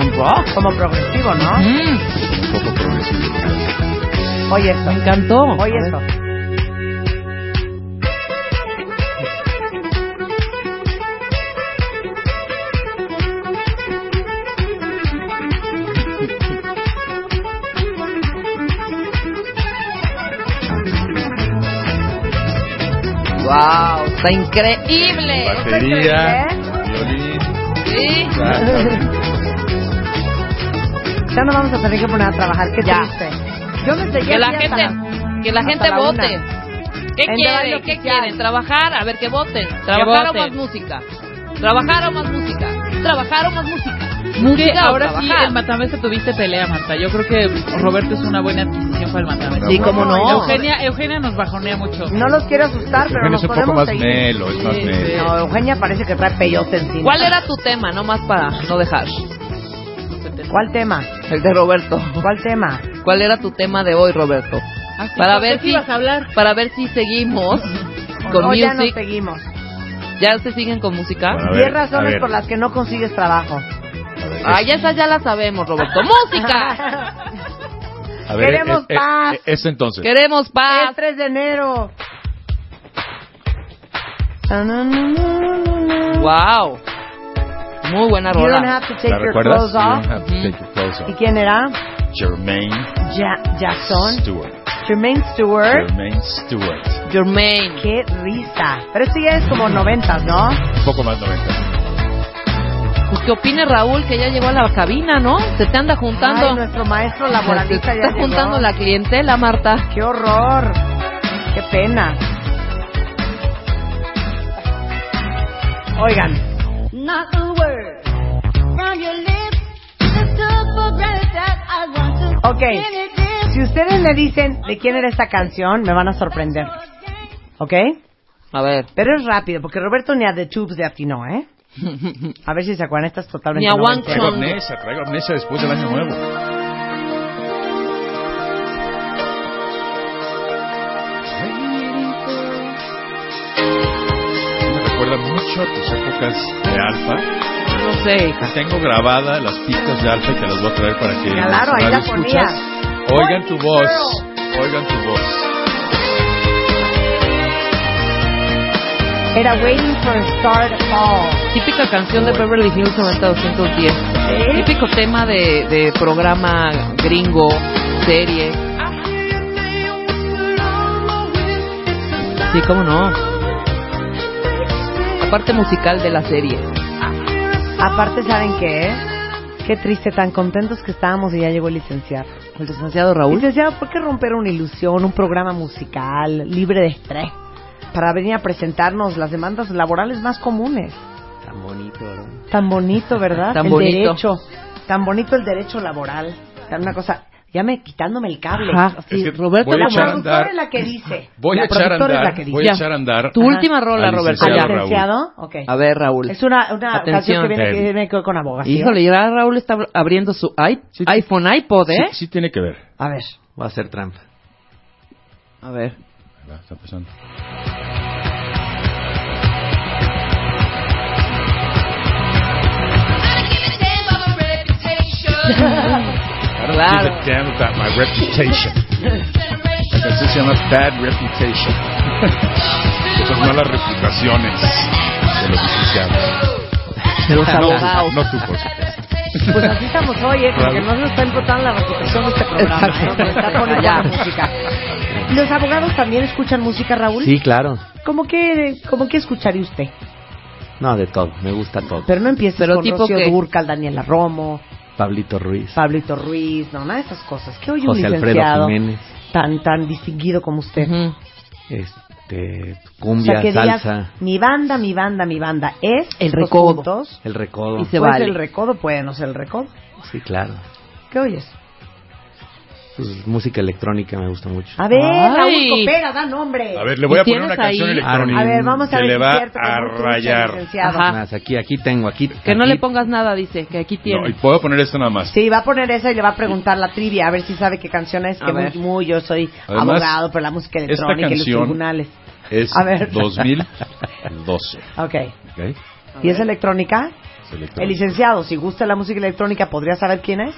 Speaker 7: Un rock.
Speaker 8: oh, como progresivo, ¿no?
Speaker 2: Mm,
Speaker 7: Un poco progresivo.
Speaker 8: Oye
Speaker 2: me
Speaker 8: esto.
Speaker 2: encantó.
Speaker 8: Oye esto.
Speaker 2: Wow, está increíble.
Speaker 7: Batería.
Speaker 8: ¿eh?
Speaker 7: Violín.
Speaker 2: Sí.
Speaker 8: Ya no vamos a tener que poner a trabajar, qué
Speaker 2: Ya.
Speaker 8: triste. Yo me seguía
Speaker 2: Que la
Speaker 8: aquí
Speaker 2: gente,
Speaker 8: hasta la-
Speaker 2: que la
Speaker 8: hasta
Speaker 2: gente
Speaker 8: la
Speaker 2: vote.
Speaker 8: una.
Speaker 2: ¿Qué
Speaker 8: En
Speaker 2: quieren?
Speaker 8: horario
Speaker 2: ¿Qué
Speaker 8: oficial.
Speaker 2: quieren? Trabajar, a ver que voten. Trabajar o más música. Trabajar o más música. Trabajar o más música. Música ahora sí el matamés se tuviste pelea, Marta. Yo creo que Roberto es una buena adquisición para el matamés.
Speaker 8: Sí, cómo no.
Speaker 2: Eugenia nos bajonea mucho.
Speaker 8: No los quiero asustar, pero
Speaker 7: Bueno,
Speaker 8: nos
Speaker 7: es un poco
Speaker 8: podemos
Speaker 7: más
Speaker 8: seguir.
Speaker 7: melo, es más melo.
Speaker 8: No, Eugenia parece que trae peyote encima.
Speaker 2: ¿Cuál era tu tema? Nomás para no dejar.
Speaker 8: ¿Cuál tema?
Speaker 2: El de Roberto.
Speaker 8: ¿Cuál tema?
Speaker 2: ¿Cuál era tu tema de hoy, Roberto? para ver si para ver si seguimos con
Speaker 8: No, ya nos
Speaker 2: music.
Speaker 8: seguimos.
Speaker 2: Ya se siguen con música.
Speaker 7: Bueno, A ver,
Speaker 8: Diez
Speaker 7: a
Speaker 8: razones
Speaker 7: ver.
Speaker 8: por las que no consigues trabajo.
Speaker 2: Ah, ya esas ya las sabemos, Roberto. Música.
Speaker 7: A ver,
Speaker 8: Queremos
Speaker 7: eh, eh,
Speaker 8: paz.
Speaker 7: eh, esto entonces.
Speaker 2: Queremos
Speaker 8: El
Speaker 2: paz.
Speaker 8: 3 de enero.
Speaker 2: Wow. Muy buena
Speaker 8: You don't
Speaker 2: rola.
Speaker 8: have to take
Speaker 7: ¿La
Speaker 8: your
Speaker 7: recuerdas?
Speaker 8: clothes
Speaker 7: You don't
Speaker 8: off.
Speaker 7: have to take your clothes
Speaker 8: ¿Y
Speaker 7: off.
Speaker 8: quién era?
Speaker 7: Jermaine
Speaker 8: Ja- Jackson.
Speaker 7: Stewart.
Speaker 8: Jermaine Stewart.
Speaker 7: Jermaine Stewart.
Speaker 2: Jermaine.
Speaker 8: Qué risa. Pero esto ya es como noventas, ¿no?
Speaker 7: Un poco más 90.
Speaker 2: Pues que opine Raúl que ya llegó a la cabina, ¿no? Se te anda juntando.
Speaker 8: Ay, nuestro maestro
Speaker 2: se
Speaker 8: laboralista
Speaker 2: te
Speaker 8: ya
Speaker 2: está
Speaker 8: llegó.
Speaker 2: juntando la clientela, Marta.
Speaker 8: Qué horror. Qué pena. Oigan,
Speaker 10: Not a word from your lips
Speaker 8: Ok. Si ustedes me dicen de quién era esta canción, me van a sorprender. ¿Ok?
Speaker 2: A ver.
Speaker 8: Pero es rápido, porque Roberto ni a The Tubes le atinó, ¿eh? A ver si se acuerdan, esta es totalmente
Speaker 2: Ni a One
Speaker 8: noventera.
Speaker 7: Traigo amnesia, traigo amnesia después del año nuevo. Me recuerda mucho a tus épocas de alfa.
Speaker 2: No sé, hija.
Speaker 7: Tengo grabada las pistas de alfa y te las voy a traer para que
Speaker 8: Claro, ahí la ponía.
Speaker 7: escuchas. Oigan tu voz, oigan tu voz.
Speaker 8: Era Waiting for a Star to Fall.
Speaker 2: Típica canción de Beverly Hills 90210.
Speaker 8: ¿Eh?
Speaker 2: Típico tema de, de programa gringo, serie. Sí, cómo no. Aparte musical de la serie.
Speaker 8: Aparte, ¿saben qué? Qué triste, tan contentos que estábamos y ya llegó el licenciado.
Speaker 2: El licenciado Raúl.
Speaker 8: Licenciado, ¿por qué romper una ilusión, un programa musical libre de estrés? Para venir a presentarnos las demandas laborales más comunes.
Speaker 6: Tan bonito, ¿no?
Speaker 8: Tan bonito, ¿verdad?
Speaker 2: Tan
Speaker 8: el
Speaker 2: bonito.
Speaker 8: derecho. Tan bonito el derecho laboral. Tan una cosa. Ya me quitándome el cable.
Speaker 2: Ajá, sí,
Speaker 7: Es que
Speaker 2: Roberto
Speaker 7: voy
Speaker 8: la
Speaker 7: a echar a
Speaker 2: Lamour.
Speaker 8: productora
Speaker 7: andar.
Speaker 8: es la que dice.
Speaker 7: Voy a
Speaker 8: La
Speaker 7: echar a
Speaker 8: productora es la
Speaker 7: andar.
Speaker 8: que dice.
Speaker 7: Voy a
Speaker 2: Ya.
Speaker 7: echar a andar. Ah,
Speaker 2: Tu última rola,
Speaker 7: Al
Speaker 2: Roberto.
Speaker 7: licenciado
Speaker 2: Ya.
Speaker 8: ¿Al
Speaker 7: Raúl.
Speaker 8: licenciado? Ok.
Speaker 2: A ver, Raúl.
Speaker 8: Es una, una
Speaker 2: Atención.
Speaker 8: canción que viene, que
Speaker 7: Heavy.
Speaker 8: viene con abogacía.
Speaker 2: Híjole, ya Raúl está abriendo su i-
Speaker 7: Sí, sí.
Speaker 2: iPhone iPod, ¿eh?
Speaker 7: Sí, sí tiene que ver.
Speaker 8: A ver.
Speaker 6: Va a ser trampa.
Speaker 2: A ver.
Speaker 7: Ah, Está pasando. I don't
Speaker 2: Claro.
Speaker 7: give a damn about my reputation. La canción se llama Bad Reputation. Esas malas reputaciones de los licenciados.
Speaker 2: De los
Speaker 7: No,
Speaker 2: abogados.
Speaker 7: no tú, por supuesto.
Speaker 8: Pues así estamos hoy, ¿eh? Porque no nos está importando la reputación de este programa. ¿eh?
Speaker 2: Exacto.
Speaker 8: Nos Está poniendo
Speaker 2: Ya.
Speaker 8: la música. ¿Los abogados también escuchan música, Raúl?
Speaker 6: Sí, claro.
Speaker 8: ¿Cómo que, cómo que escucharía usted?
Speaker 6: No, de todo. Me gusta todo.
Speaker 8: Pero no empieces
Speaker 2: Pero
Speaker 8: con
Speaker 2: tipo
Speaker 8: Rocío
Speaker 2: qué?
Speaker 8: Dúrcal, Daniela Romo,
Speaker 6: Pablito Ruiz.
Speaker 8: Pablito Ruiz, no, nada de esas cosas. ¿Qué oye un
Speaker 6: José Alfredo
Speaker 8: licenciado
Speaker 6: Jiménez.
Speaker 8: tan, tan distinguido como usted?
Speaker 2: Ujú.
Speaker 6: Este,
Speaker 8: O
Speaker 6: cumbia,
Speaker 8: sea, que digas,
Speaker 6: salsa,
Speaker 8: mi banda, mi banda, mi banda es...
Speaker 2: El
Speaker 8: dos
Speaker 2: recodo.
Speaker 8: puntos,
Speaker 6: el recodo.
Speaker 2: Y se-
Speaker 8: puede
Speaker 2: vale.
Speaker 8: ser el recodo, puede no ser el recodo.
Speaker 6: Sí, claro.
Speaker 8: ¿Qué oyes?
Speaker 6: Pues, música electrónica me gusta mucho.
Speaker 8: A ver,
Speaker 2: Ay.
Speaker 8: Raúl Copera, da nombre.
Speaker 7: A ver, le voy
Speaker 2: ¿Y
Speaker 7: a poner
Speaker 2: tienes
Speaker 7: una canción
Speaker 2: ahí?
Speaker 7: electrónica.
Speaker 8: A ver, vamos a
Speaker 7: que
Speaker 8: ver
Speaker 7: le
Speaker 8: si
Speaker 7: va
Speaker 8: es cierto que
Speaker 7: a
Speaker 8: es muy trucha,
Speaker 7: rayar.
Speaker 8: licenciado.
Speaker 2: Ajá.
Speaker 6: Más, aquí, aquí tengo, aquí.
Speaker 2: Que no
Speaker 6: aquí-
Speaker 2: le pongas nada, dice, que aquí
Speaker 7: No, y
Speaker 2: tiene.
Speaker 7: puedo poner esto nada más.
Speaker 8: Sí, va a poner esa y le va a preguntar la trivia, a ver si sabe qué canción es,
Speaker 2: A
Speaker 8: que muy,
Speaker 2: ver.
Speaker 8: muy yo soy
Speaker 7: Además,
Speaker 8: abogado por la música
Speaker 7: esta
Speaker 8: electrónica y los
Speaker 7: canción-
Speaker 8: tribunales.
Speaker 7: Es
Speaker 8: A ver.
Speaker 7: 2012.
Speaker 8: Ok.
Speaker 7: ¿Ok?
Speaker 8: ¿Y es electrónica?
Speaker 7: Es
Speaker 8: El
Speaker 7: electrónica.
Speaker 8: licenciado, si gusta la música electrónica, ¿podría saber quién es?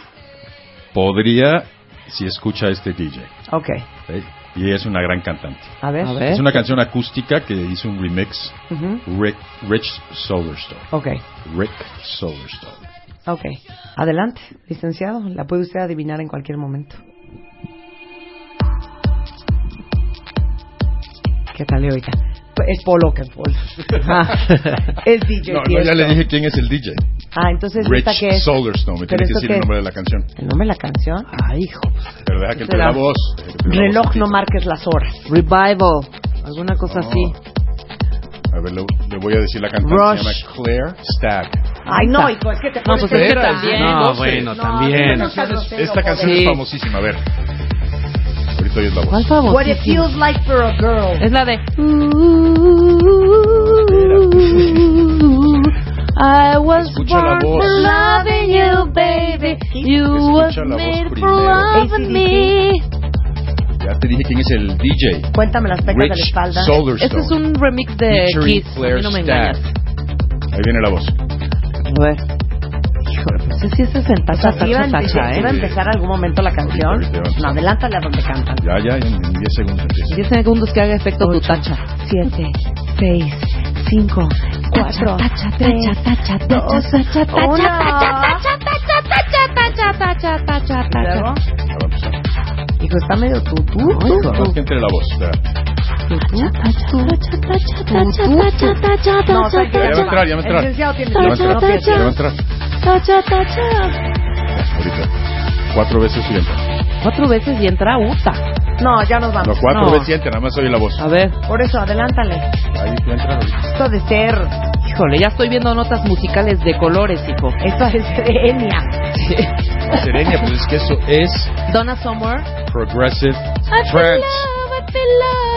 Speaker 7: Podría, si escucha a este DJ.
Speaker 8: Ok,
Speaker 7: ¿ok? Y es una gran cantante.
Speaker 8: a ver.
Speaker 2: A ver.
Speaker 7: Es una canción acústica que hizo un remix
Speaker 8: Ujú.
Speaker 7: Rick, Rich Silverstone.
Speaker 8: Ok,
Speaker 7: Rick Silverstone.
Speaker 8: ok. Adelante, licenciado. La puede usted adivinar en cualquier momento. ¿Qué tal le oiga? Es Polo que es Polo. es DJ
Speaker 7: No, no,
Speaker 8: Tiesto.
Speaker 7: ya le dije quién es el DJ.
Speaker 8: Ah, entonces
Speaker 7: Rich
Speaker 8: esta que es
Speaker 7: Silverstone. Me
Speaker 8: ¿Pero
Speaker 7: tiene que
Speaker 8: esto
Speaker 7: decir
Speaker 8: qué es?
Speaker 7: el nombre de la canción.
Speaker 8: el nombre de la canción.
Speaker 7: Ah,
Speaker 6: Ay, hijo.
Speaker 7: Pero deja que entre
Speaker 2: Será.
Speaker 7: la voz. deja que entre la voz
Speaker 8: Reloj
Speaker 7: aquí.
Speaker 8: no marques las horas.
Speaker 2: Revival. Alguna cosa
Speaker 7: No.
Speaker 2: así.
Speaker 7: A ver, le, le voy a decir la cantante.
Speaker 2: Rush.
Speaker 7: Se llama Claire Stab.
Speaker 8: Ay, no, hijo, es que te
Speaker 2: No,
Speaker 8: pones
Speaker 2: pues es que
Speaker 8: celoso.
Speaker 2: también.
Speaker 6: No,
Speaker 7: sé.
Speaker 6: bueno,
Speaker 8: No,
Speaker 6: también.
Speaker 8: no seas grosero,
Speaker 7: Esta canción
Speaker 2: Sí.
Speaker 7: es famosísima. A ver. Ahorita oyes la voz.
Speaker 2: ¿Cuál
Speaker 8: joder. What it
Speaker 2: famosísimo?
Speaker 8: feels like for a girl.
Speaker 2: Es la de. I was
Speaker 7: Escucha la
Speaker 2: born for
Speaker 7: voz.
Speaker 2: loving you, baby. You was
Speaker 7: Escucha la voz
Speaker 2: made for
Speaker 7: primero.
Speaker 2: loving me.
Speaker 7: Ya te dije quién es el DJ.
Speaker 8: Cuéntame las pecas de la
Speaker 7: Rich
Speaker 8: espalda.
Speaker 7: Silverstone.
Speaker 2: Este es un remix
Speaker 8: eh,
Speaker 2: de
Speaker 7: featuring
Speaker 2: Kiss. A
Speaker 7: Claire
Speaker 2: mí no me
Speaker 7: Staff.
Speaker 2: engañas.
Speaker 7: Ahí viene la voz.
Speaker 2: A ver. Híjole, pues sí, sí, ese es el
Speaker 8: O
Speaker 2: tacha,
Speaker 8: sea, si iba, a
Speaker 2: tacha, tacha,
Speaker 8: empezar, iba a
Speaker 2: ¿eh?
Speaker 8: empezar algún momento la canción. No, adelántale a donde cantan.
Speaker 7: Ya, ya, en en 10 segundos. empieza.
Speaker 2: 10 segundos que haga efecto tu tacha.
Speaker 3: 7, 6, 5, 4, tacha, tacha, tacha, tacha, tacha,
Speaker 8: Una.
Speaker 3: tacha,
Speaker 7: Ya va a empezar.
Speaker 8: Hijo, está medio tu, tu, tu,
Speaker 7: Nada más
Speaker 8: tu.
Speaker 7: que entre la voz. espera.
Speaker 8: No, ¿saben qué?
Speaker 7: Ya va a entrar, ya va
Speaker 8: El
Speaker 7: a entrar.
Speaker 8: licenciado tiene
Speaker 7: Ya va a
Speaker 8: derecho, no
Speaker 7: entrar.
Speaker 8: piense.
Speaker 7: Ya va a entrar. Ahorita. Cuatro veces y entra.
Speaker 2: Cuatro veces y entra Uta.
Speaker 8: No, ya nos
Speaker 7: No,
Speaker 8: vamos.
Speaker 7: cuatro
Speaker 2: No.
Speaker 7: veces y entra. Nada más oye la voz.
Speaker 2: A ver.
Speaker 8: Por eso, adelántale.
Speaker 7: Ahí entra.
Speaker 8: Esto de ser,
Speaker 2: Híjole, ya estoy viendo notas musicales de colores, hijo.
Speaker 8: esto de ser etnia.
Speaker 7: Sereña, pues es que eso es
Speaker 2: Donna Summer.
Speaker 7: Progressive Trance.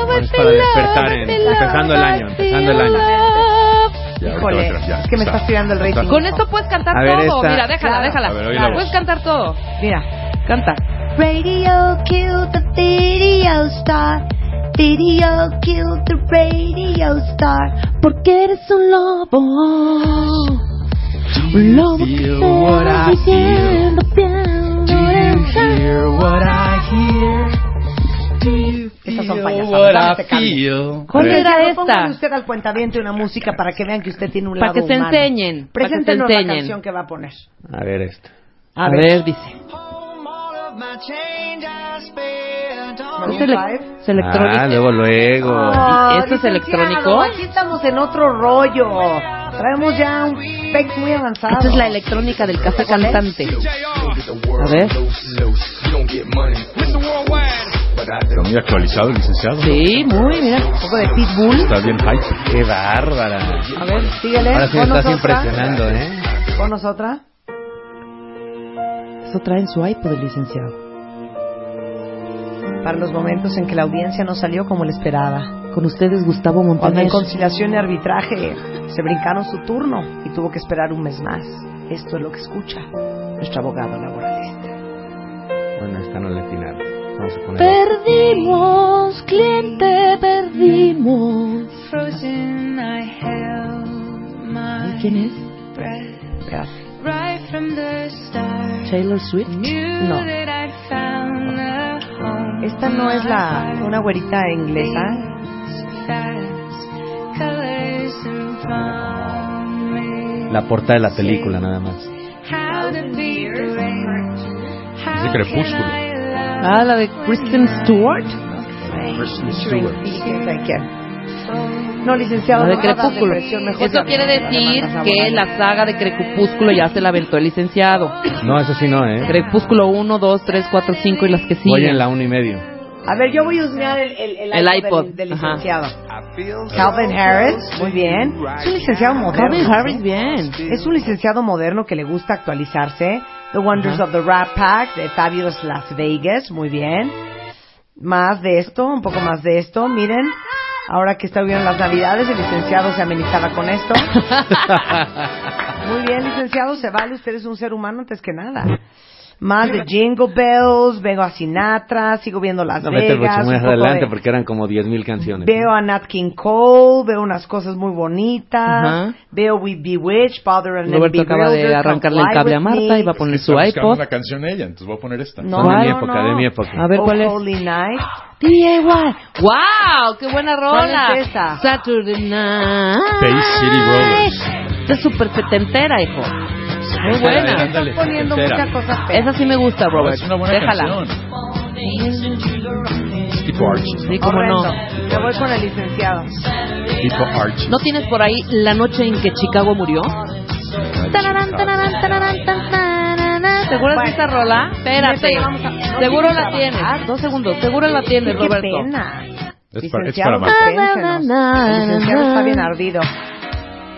Speaker 7: Bueno, es para despertar, en, empezando el año, empezando el año. Ya, ahorita va a
Speaker 8: Híjole,
Speaker 7: entrar, ya,
Speaker 8: es que me
Speaker 7: está.
Speaker 8: estás tirando el rating.
Speaker 2: Con esto puedes cantar
Speaker 7: A ver,
Speaker 2: todo.
Speaker 7: esta-
Speaker 2: Mira, déjala,
Speaker 7: Claro.
Speaker 2: déjala.
Speaker 7: A ver, oí la voz.
Speaker 2: Puedes cantar todo.
Speaker 8: Mira,
Speaker 2: canta.
Speaker 3: Radio killed the video star. Video killed the radio star. Porque eres un lobo. Un lobo que
Speaker 11: feel
Speaker 3: te
Speaker 11: what
Speaker 3: va
Speaker 11: I
Speaker 3: diciendo bien, oreja.
Speaker 8: Estas son payasas.
Speaker 11: what
Speaker 8: dame
Speaker 11: I
Speaker 8: este cable.
Speaker 11: feel.
Speaker 8: ¿Cuál
Speaker 11: Oiga,
Speaker 8: era
Speaker 2: pero
Speaker 8: esta?
Speaker 2: póngale
Speaker 8: usted al cuentaviento una música para que vean que usted tiene un
Speaker 2: Para
Speaker 8: lado
Speaker 2: que se
Speaker 8: humano.
Speaker 2: enseñen, para que se
Speaker 8: Preséntenos la
Speaker 2: enseñen.
Speaker 8: canción que va a poner.
Speaker 6: A ver este. esta.
Speaker 2: A, ver, dice. ¿Es ele- ¿Es electrónico?
Speaker 6: Ah, luego, luego.
Speaker 8: Ah,
Speaker 2: ¿Esto es
Speaker 8: licenciado,
Speaker 2: electrónico?
Speaker 8: Aquí estamos en otro rollo. Traemos ya un fake muy avanzado.
Speaker 2: Esta es la electrónica del café cantante. A ver.
Speaker 7: Está muy actualizado, el licenciado.
Speaker 2: Sí, muy, mira. Un poco de pitbull.
Speaker 7: Está bien hype.
Speaker 6: Qué bárbara.
Speaker 8: A ver, síguele.
Speaker 6: Ahora sí me
Speaker 8: Ponos
Speaker 6: estás
Speaker 8: otra.
Speaker 6: impresionando, ¿eh?
Speaker 8: Ponos otra.
Speaker 2: Eso trae en su iPod, licenciado.
Speaker 8: Para los momentos en que la audiencia no salió como le esperaba.
Speaker 2: Con ustedes, Gustavo
Speaker 8: Cuando
Speaker 2: Montaner.
Speaker 8: en conciliación y arbitraje se brincaron su turno y tuvo que esperar un mes más. Esto es lo que escucha nuestro abogado laboralista.
Speaker 6: Bueno, esta no la atinaron. Vamos a poner otra.
Speaker 3: Perdimos, cliente, perdimos.
Speaker 10: Frozen, I held my
Speaker 2: ¿Quién es?
Speaker 10: breath
Speaker 8: Gracias.
Speaker 10: right from the start.
Speaker 2: Taylor Swift.
Speaker 10: Knew
Speaker 8: No.
Speaker 10: that I'd found a home.
Speaker 8: Esta no es la una güerita inglesa.
Speaker 10: Fast colors and promise.
Speaker 6: La portada de la película, nada más.
Speaker 10: How to be brave. How
Speaker 7: de Crepúsculo.
Speaker 10: can I love
Speaker 2: Ah, la de Kristen Stewart.
Speaker 7: Kristen Stewart.
Speaker 8: ¿Quién sabe quién? No, licenciado,
Speaker 2: La de
Speaker 8: no hagas
Speaker 2: Crepúsculo.
Speaker 8: depresión, mejor
Speaker 2: Eso
Speaker 8: ya.
Speaker 2: quiere decir
Speaker 8: Además,
Speaker 2: que la saga de Crepúsculo ya se la aventó el licenciado.
Speaker 6: No, eso sí no, ¿eh?
Speaker 2: Crepúsculo 1, 2, 3, 4, 5 y las que
Speaker 6: Voy en
Speaker 2: siguen.
Speaker 6: la uno y medio.
Speaker 8: A ver, yo voy a usar el, el, el,
Speaker 2: El
Speaker 8: iPod del,
Speaker 2: iPod,
Speaker 8: del
Speaker 2: ajá.
Speaker 8: licenciado. Calvin Harris, muy bien. Es un licenciado moderno.
Speaker 2: Calvin Harris, bien.
Speaker 8: Es un licenciado moderno que le gusta actualizarse. The Wonders
Speaker 2: Ajá.
Speaker 8: of the Rat Pack, de Fabulous Las Vegas, muy bien. Más de esto, un poco más de esto, miren. Ahora que estuvieron las navidades, el licenciado se amenizaba con esto. Muy bien, licenciado, se vale, usted es un ser humano antes que nada. Más de Jingle Bells, vengo a Sinatra, sigo viendo Las
Speaker 6: No metes
Speaker 8: Vegas.
Speaker 6: mucho
Speaker 8: un
Speaker 6: más
Speaker 8: poco
Speaker 6: adelante
Speaker 8: de-
Speaker 2: eh.
Speaker 6: porque eran como 10.000 canciones.
Speaker 8: Veo a Nat King Cole, veo unas cosas muy bonitas,
Speaker 2: Ajá.
Speaker 8: veo We Bewitched, Father and
Speaker 2: Roberto
Speaker 8: Be
Speaker 2: acaba de
Speaker 8: Bewildered,
Speaker 2: arrancarle el
Speaker 8: Comply
Speaker 2: cable a
Speaker 8: With
Speaker 2: Marta
Speaker 8: Me.
Speaker 2: y va a poner su
Speaker 7: Está buscando
Speaker 2: iPod.
Speaker 7: una canción ella, entonces voy a poner esta.
Speaker 8: No,
Speaker 6: Son de
Speaker 8: no,
Speaker 6: mi época,
Speaker 8: no.
Speaker 6: de mi época. Ah,
Speaker 2: A ver
Speaker 8: Oh,
Speaker 2: cuál es.
Speaker 8: Holy Night.
Speaker 2: DIY. ¡Wow! ¡Qué buena rola!
Speaker 8: ¿Cuál es esa?
Speaker 2: Saturday Night.
Speaker 7: Bay City Rollers.
Speaker 2: Esta es súper setentera, hijo. Muy
Speaker 7: Ándale,
Speaker 2: buena.
Speaker 7: ándale,
Speaker 8: Estás poniendo
Speaker 7: entera.
Speaker 8: muchas cosas feas.
Speaker 2: Esa sí me gusta,
Speaker 7: No,
Speaker 2: Robert.
Speaker 7: Pues, es una buena
Speaker 2: Déjala.
Speaker 7: canción. Tipo Archie.
Speaker 2: Sí, cómo no.
Speaker 8: Horrendo. Me voy con el licenciado.
Speaker 7: Tipo Archie.
Speaker 2: ¿No tienes por ahí La noche en que Chicago murió?
Speaker 3: Tararán, tararán, tararán, tan, tararán.
Speaker 2: ¿Te acuerdas de
Speaker 8: Bueno.
Speaker 2: esta rola? Espérate.
Speaker 8: vamos a-
Speaker 2: Seguro
Speaker 8: no tienes
Speaker 2: la
Speaker 8: la
Speaker 2: tienes.
Speaker 8: bajada.
Speaker 2: Ah, dos segundos. Seguro la tienes,
Speaker 8: Qué
Speaker 2: Roberto.
Speaker 8: pena.
Speaker 7: Es para- es
Speaker 8: Licenciado,
Speaker 7: para Marta.
Speaker 8: piénsenos. El licenciado está bien ardido.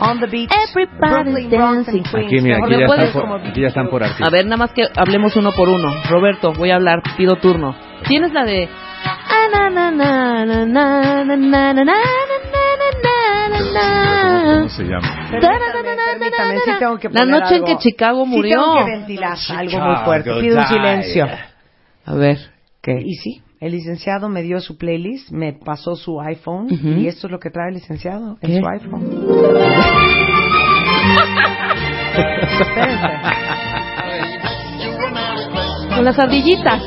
Speaker 8: On the beach.
Speaker 3: Everybody's
Speaker 8: Brooklyn, Bronx and
Speaker 3: dancing.
Speaker 8: Queens.
Speaker 6: Aquí, mira, aquí
Speaker 2: ¿Me
Speaker 6: ya,
Speaker 2: pues, puedes
Speaker 6: están por,
Speaker 8: como-
Speaker 6: aquí ya están por
Speaker 2: A
Speaker 6: artistas.
Speaker 2: ver, nada más que hablemos uno por uno. Roberto, voy a hablar. Pido turno. ¿Tienes la de
Speaker 3: Ah, na, na, na, na, na, na, na, na, na, na, na, na, na,
Speaker 7: ¿Cómo
Speaker 3: na.
Speaker 7: se llama?
Speaker 8: Permítame, permítame, sí tengo que
Speaker 2: La
Speaker 8: poner
Speaker 2: noche en
Speaker 8: algo.
Speaker 2: que Chicago
Speaker 8: Sí
Speaker 2: murió?
Speaker 8: tengo que ventilar algo muy fuerte. Pido un silencio.
Speaker 2: A ver, ¿qué?
Speaker 8: Y sí, el licenciado me dio su playlist, me pasó su iPhone
Speaker 2: Ujú.
Speaker 8: y esto es lo que trae el licenciado
Speaker 2: ¿Qué?
Speaker 8: en su iPhone. Espérense.
Speaker 2: Con las ardillitas.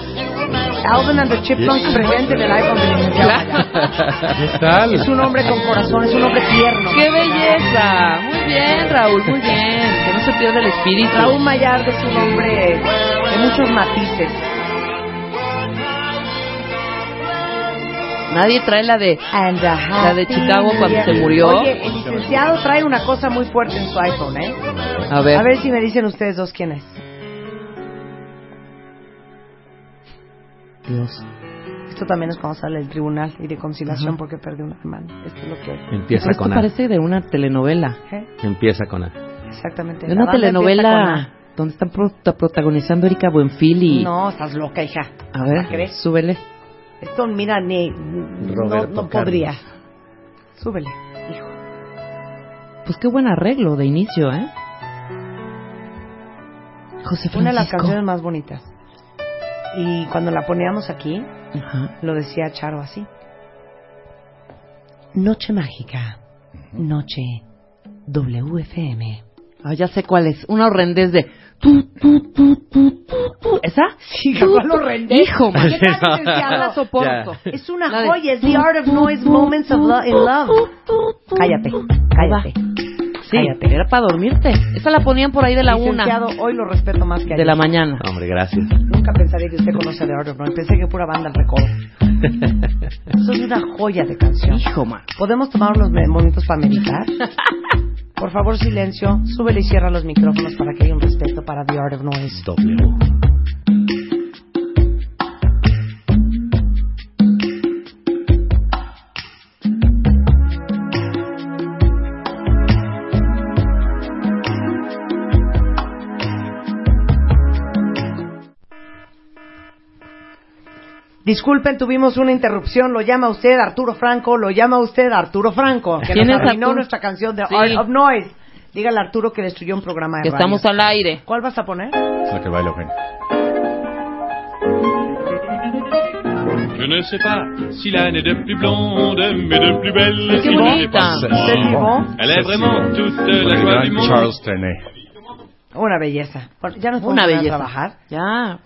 Speaker 8: Alvin and the Chipmunks presente en el iPhone del licenciado.
Speaker 7: ¿Qué tal?
Speaker 8: Es un hombre con corazón, es un hombre tierno.
Speaker 2: ¡Qué belleza! Muy bien, Raúl, muy bien. Que no se pierda el espíritu.
Speaker 8: Raúl Mayardo es un hombre de muchos matices.
Speaker 2: Nadie trae la de...
Speaker 8: And a
Speaker 2: La de
Speaker 8: happy
Speaker 2: Chicago cuando
Speaker 8: year.
Speaker 2: se murió.
Speaker 8: Oye, el licenciado trae una cosa muy fuerte en su iPhone, ¿eh?
Speaker 2: A ver.
Speaker 8: A ver si me dicen ustedes dos quién es.
Speaker 2: Dios.
Speaker 8: Esto también es cuando sale del tribunal y de conciliación porque perdió una hermana. Esto es lo que...
Speaker 6: Empieza
Speaker 2: Esto
Speaker 6: con A.
Speaker 2: parece de una telenovela.
Speaker 8: ¿eh?
Speaker 6: Empieza con A.
Speaker 2: De
Speaker 8: Exactamente. La
Speaker 2: una
Speaker 8: banda empieza
Speaker 2: telenovela donde están pro- ta- protagonizando Erika Buenfil y...
Speaker 8: No, estás loca, hija.
Speaker 2: A ver,
Speaker 8: ¿La crees?
Speaker 2: súbele.
Speaker 8: Esto, mira, ni, no- no,
Speaker 2: Roberto Carlos.
Speaker 8: podría. Súbele. Hijo.
Speaker 2: Pues qué buen arreglo de inicio, ¿eh? José
Speaker 8: Una de las
Speaker 2: Francisco.
Speaker 8: canciones más bonitas. Y cuando la poníamos aquí,
Speaker 2: Ajá.
Speaker 8: lo decía Charo así. Noche mágica. Noche WFM.
Speaker 2: Ah, ya sé cuál es. Una horrendez de... Tú, tú, tú, tú, tú, tú. ¿Esa?
Speaker 8: Sí,
Speaker 2: Tú,
Speaker 8: capaz
Speaker 2: tú.
Speaker 8: lo rendé.
Speaker 2: Hijo, man.
Speaker 8: ¿Qué tal si se habla soporto?
Speaker 2: Ya.
Speaker 8: Es una
Speaker 2: La de-
Speaker 8: joya, es The Art of Noise Moments of Lo- in Love. Cállate, cállate.
Speaker 2: Sí, era para dormirte. Esa la ponían por ahí de la
Speaker 8: Licenciado,
Speaker 2: una.
Speaker 8: hoy lo respeto más que ayer.
Speaker 2: De la mañana.
Speaker 12: Hombre, gracias.
Speaker 8: Nunca pensaría que usted conoce The Art of Noise. Pensé que pura banda al recodo. Eso es una joya de canción.
Speaker 2: Hijo, man.
Speaker 8: ¿Podemos tomar unos me- momentos para meditar? Por favor, silencio. Súbele y cierra los micrófonos para que haya un respeto para The Art of Noise. Disculpen, tuvimos una interrupción. Lo llama usted Arturo Franco, lo llama usted Arturo Franco, que
Speaker 2: ¿Quién
Speaker 8: nos
Speaker 2: es
Speaker 8: arruinó
Speaker 2: Arturo?
Speaker 8: nuestra canción de
Speaker 2: Sí.
Speaker 8: Art of Noise. Dígale a Arturo que destruyó un programa de
Speaker 2: Que
Speaker 8: radio.
Speaker 2: estamos al aire.
Speaker 8: ¿Cuál vas a poner?
Speaker 7: Es la que baila Eugenio.
Speaker 13: Je ne sais pas si l'âne est de plus blonde, mais de plus belle.
Speaker 7: Mais qué
Speaker 13: il
Speaker 7: bonita.
Speaker 13: n'est pas
Speaker 7: C'est
Speaker 13: bon.
Speaker 7: vivant.
Speaker 13: Elle est vraiment toute la
Speaker 7: Gran
Speaker 13: joie du monde.
Speaker 7: Charles Trenet.
Speaker 8: Una belleza. Bueno, Ya nos
Speaker 2: Una
Speaker 8: podemos ir
Speaker 2: belleza.
Speaker 8: a trabajar.
Speaker 2: Ya.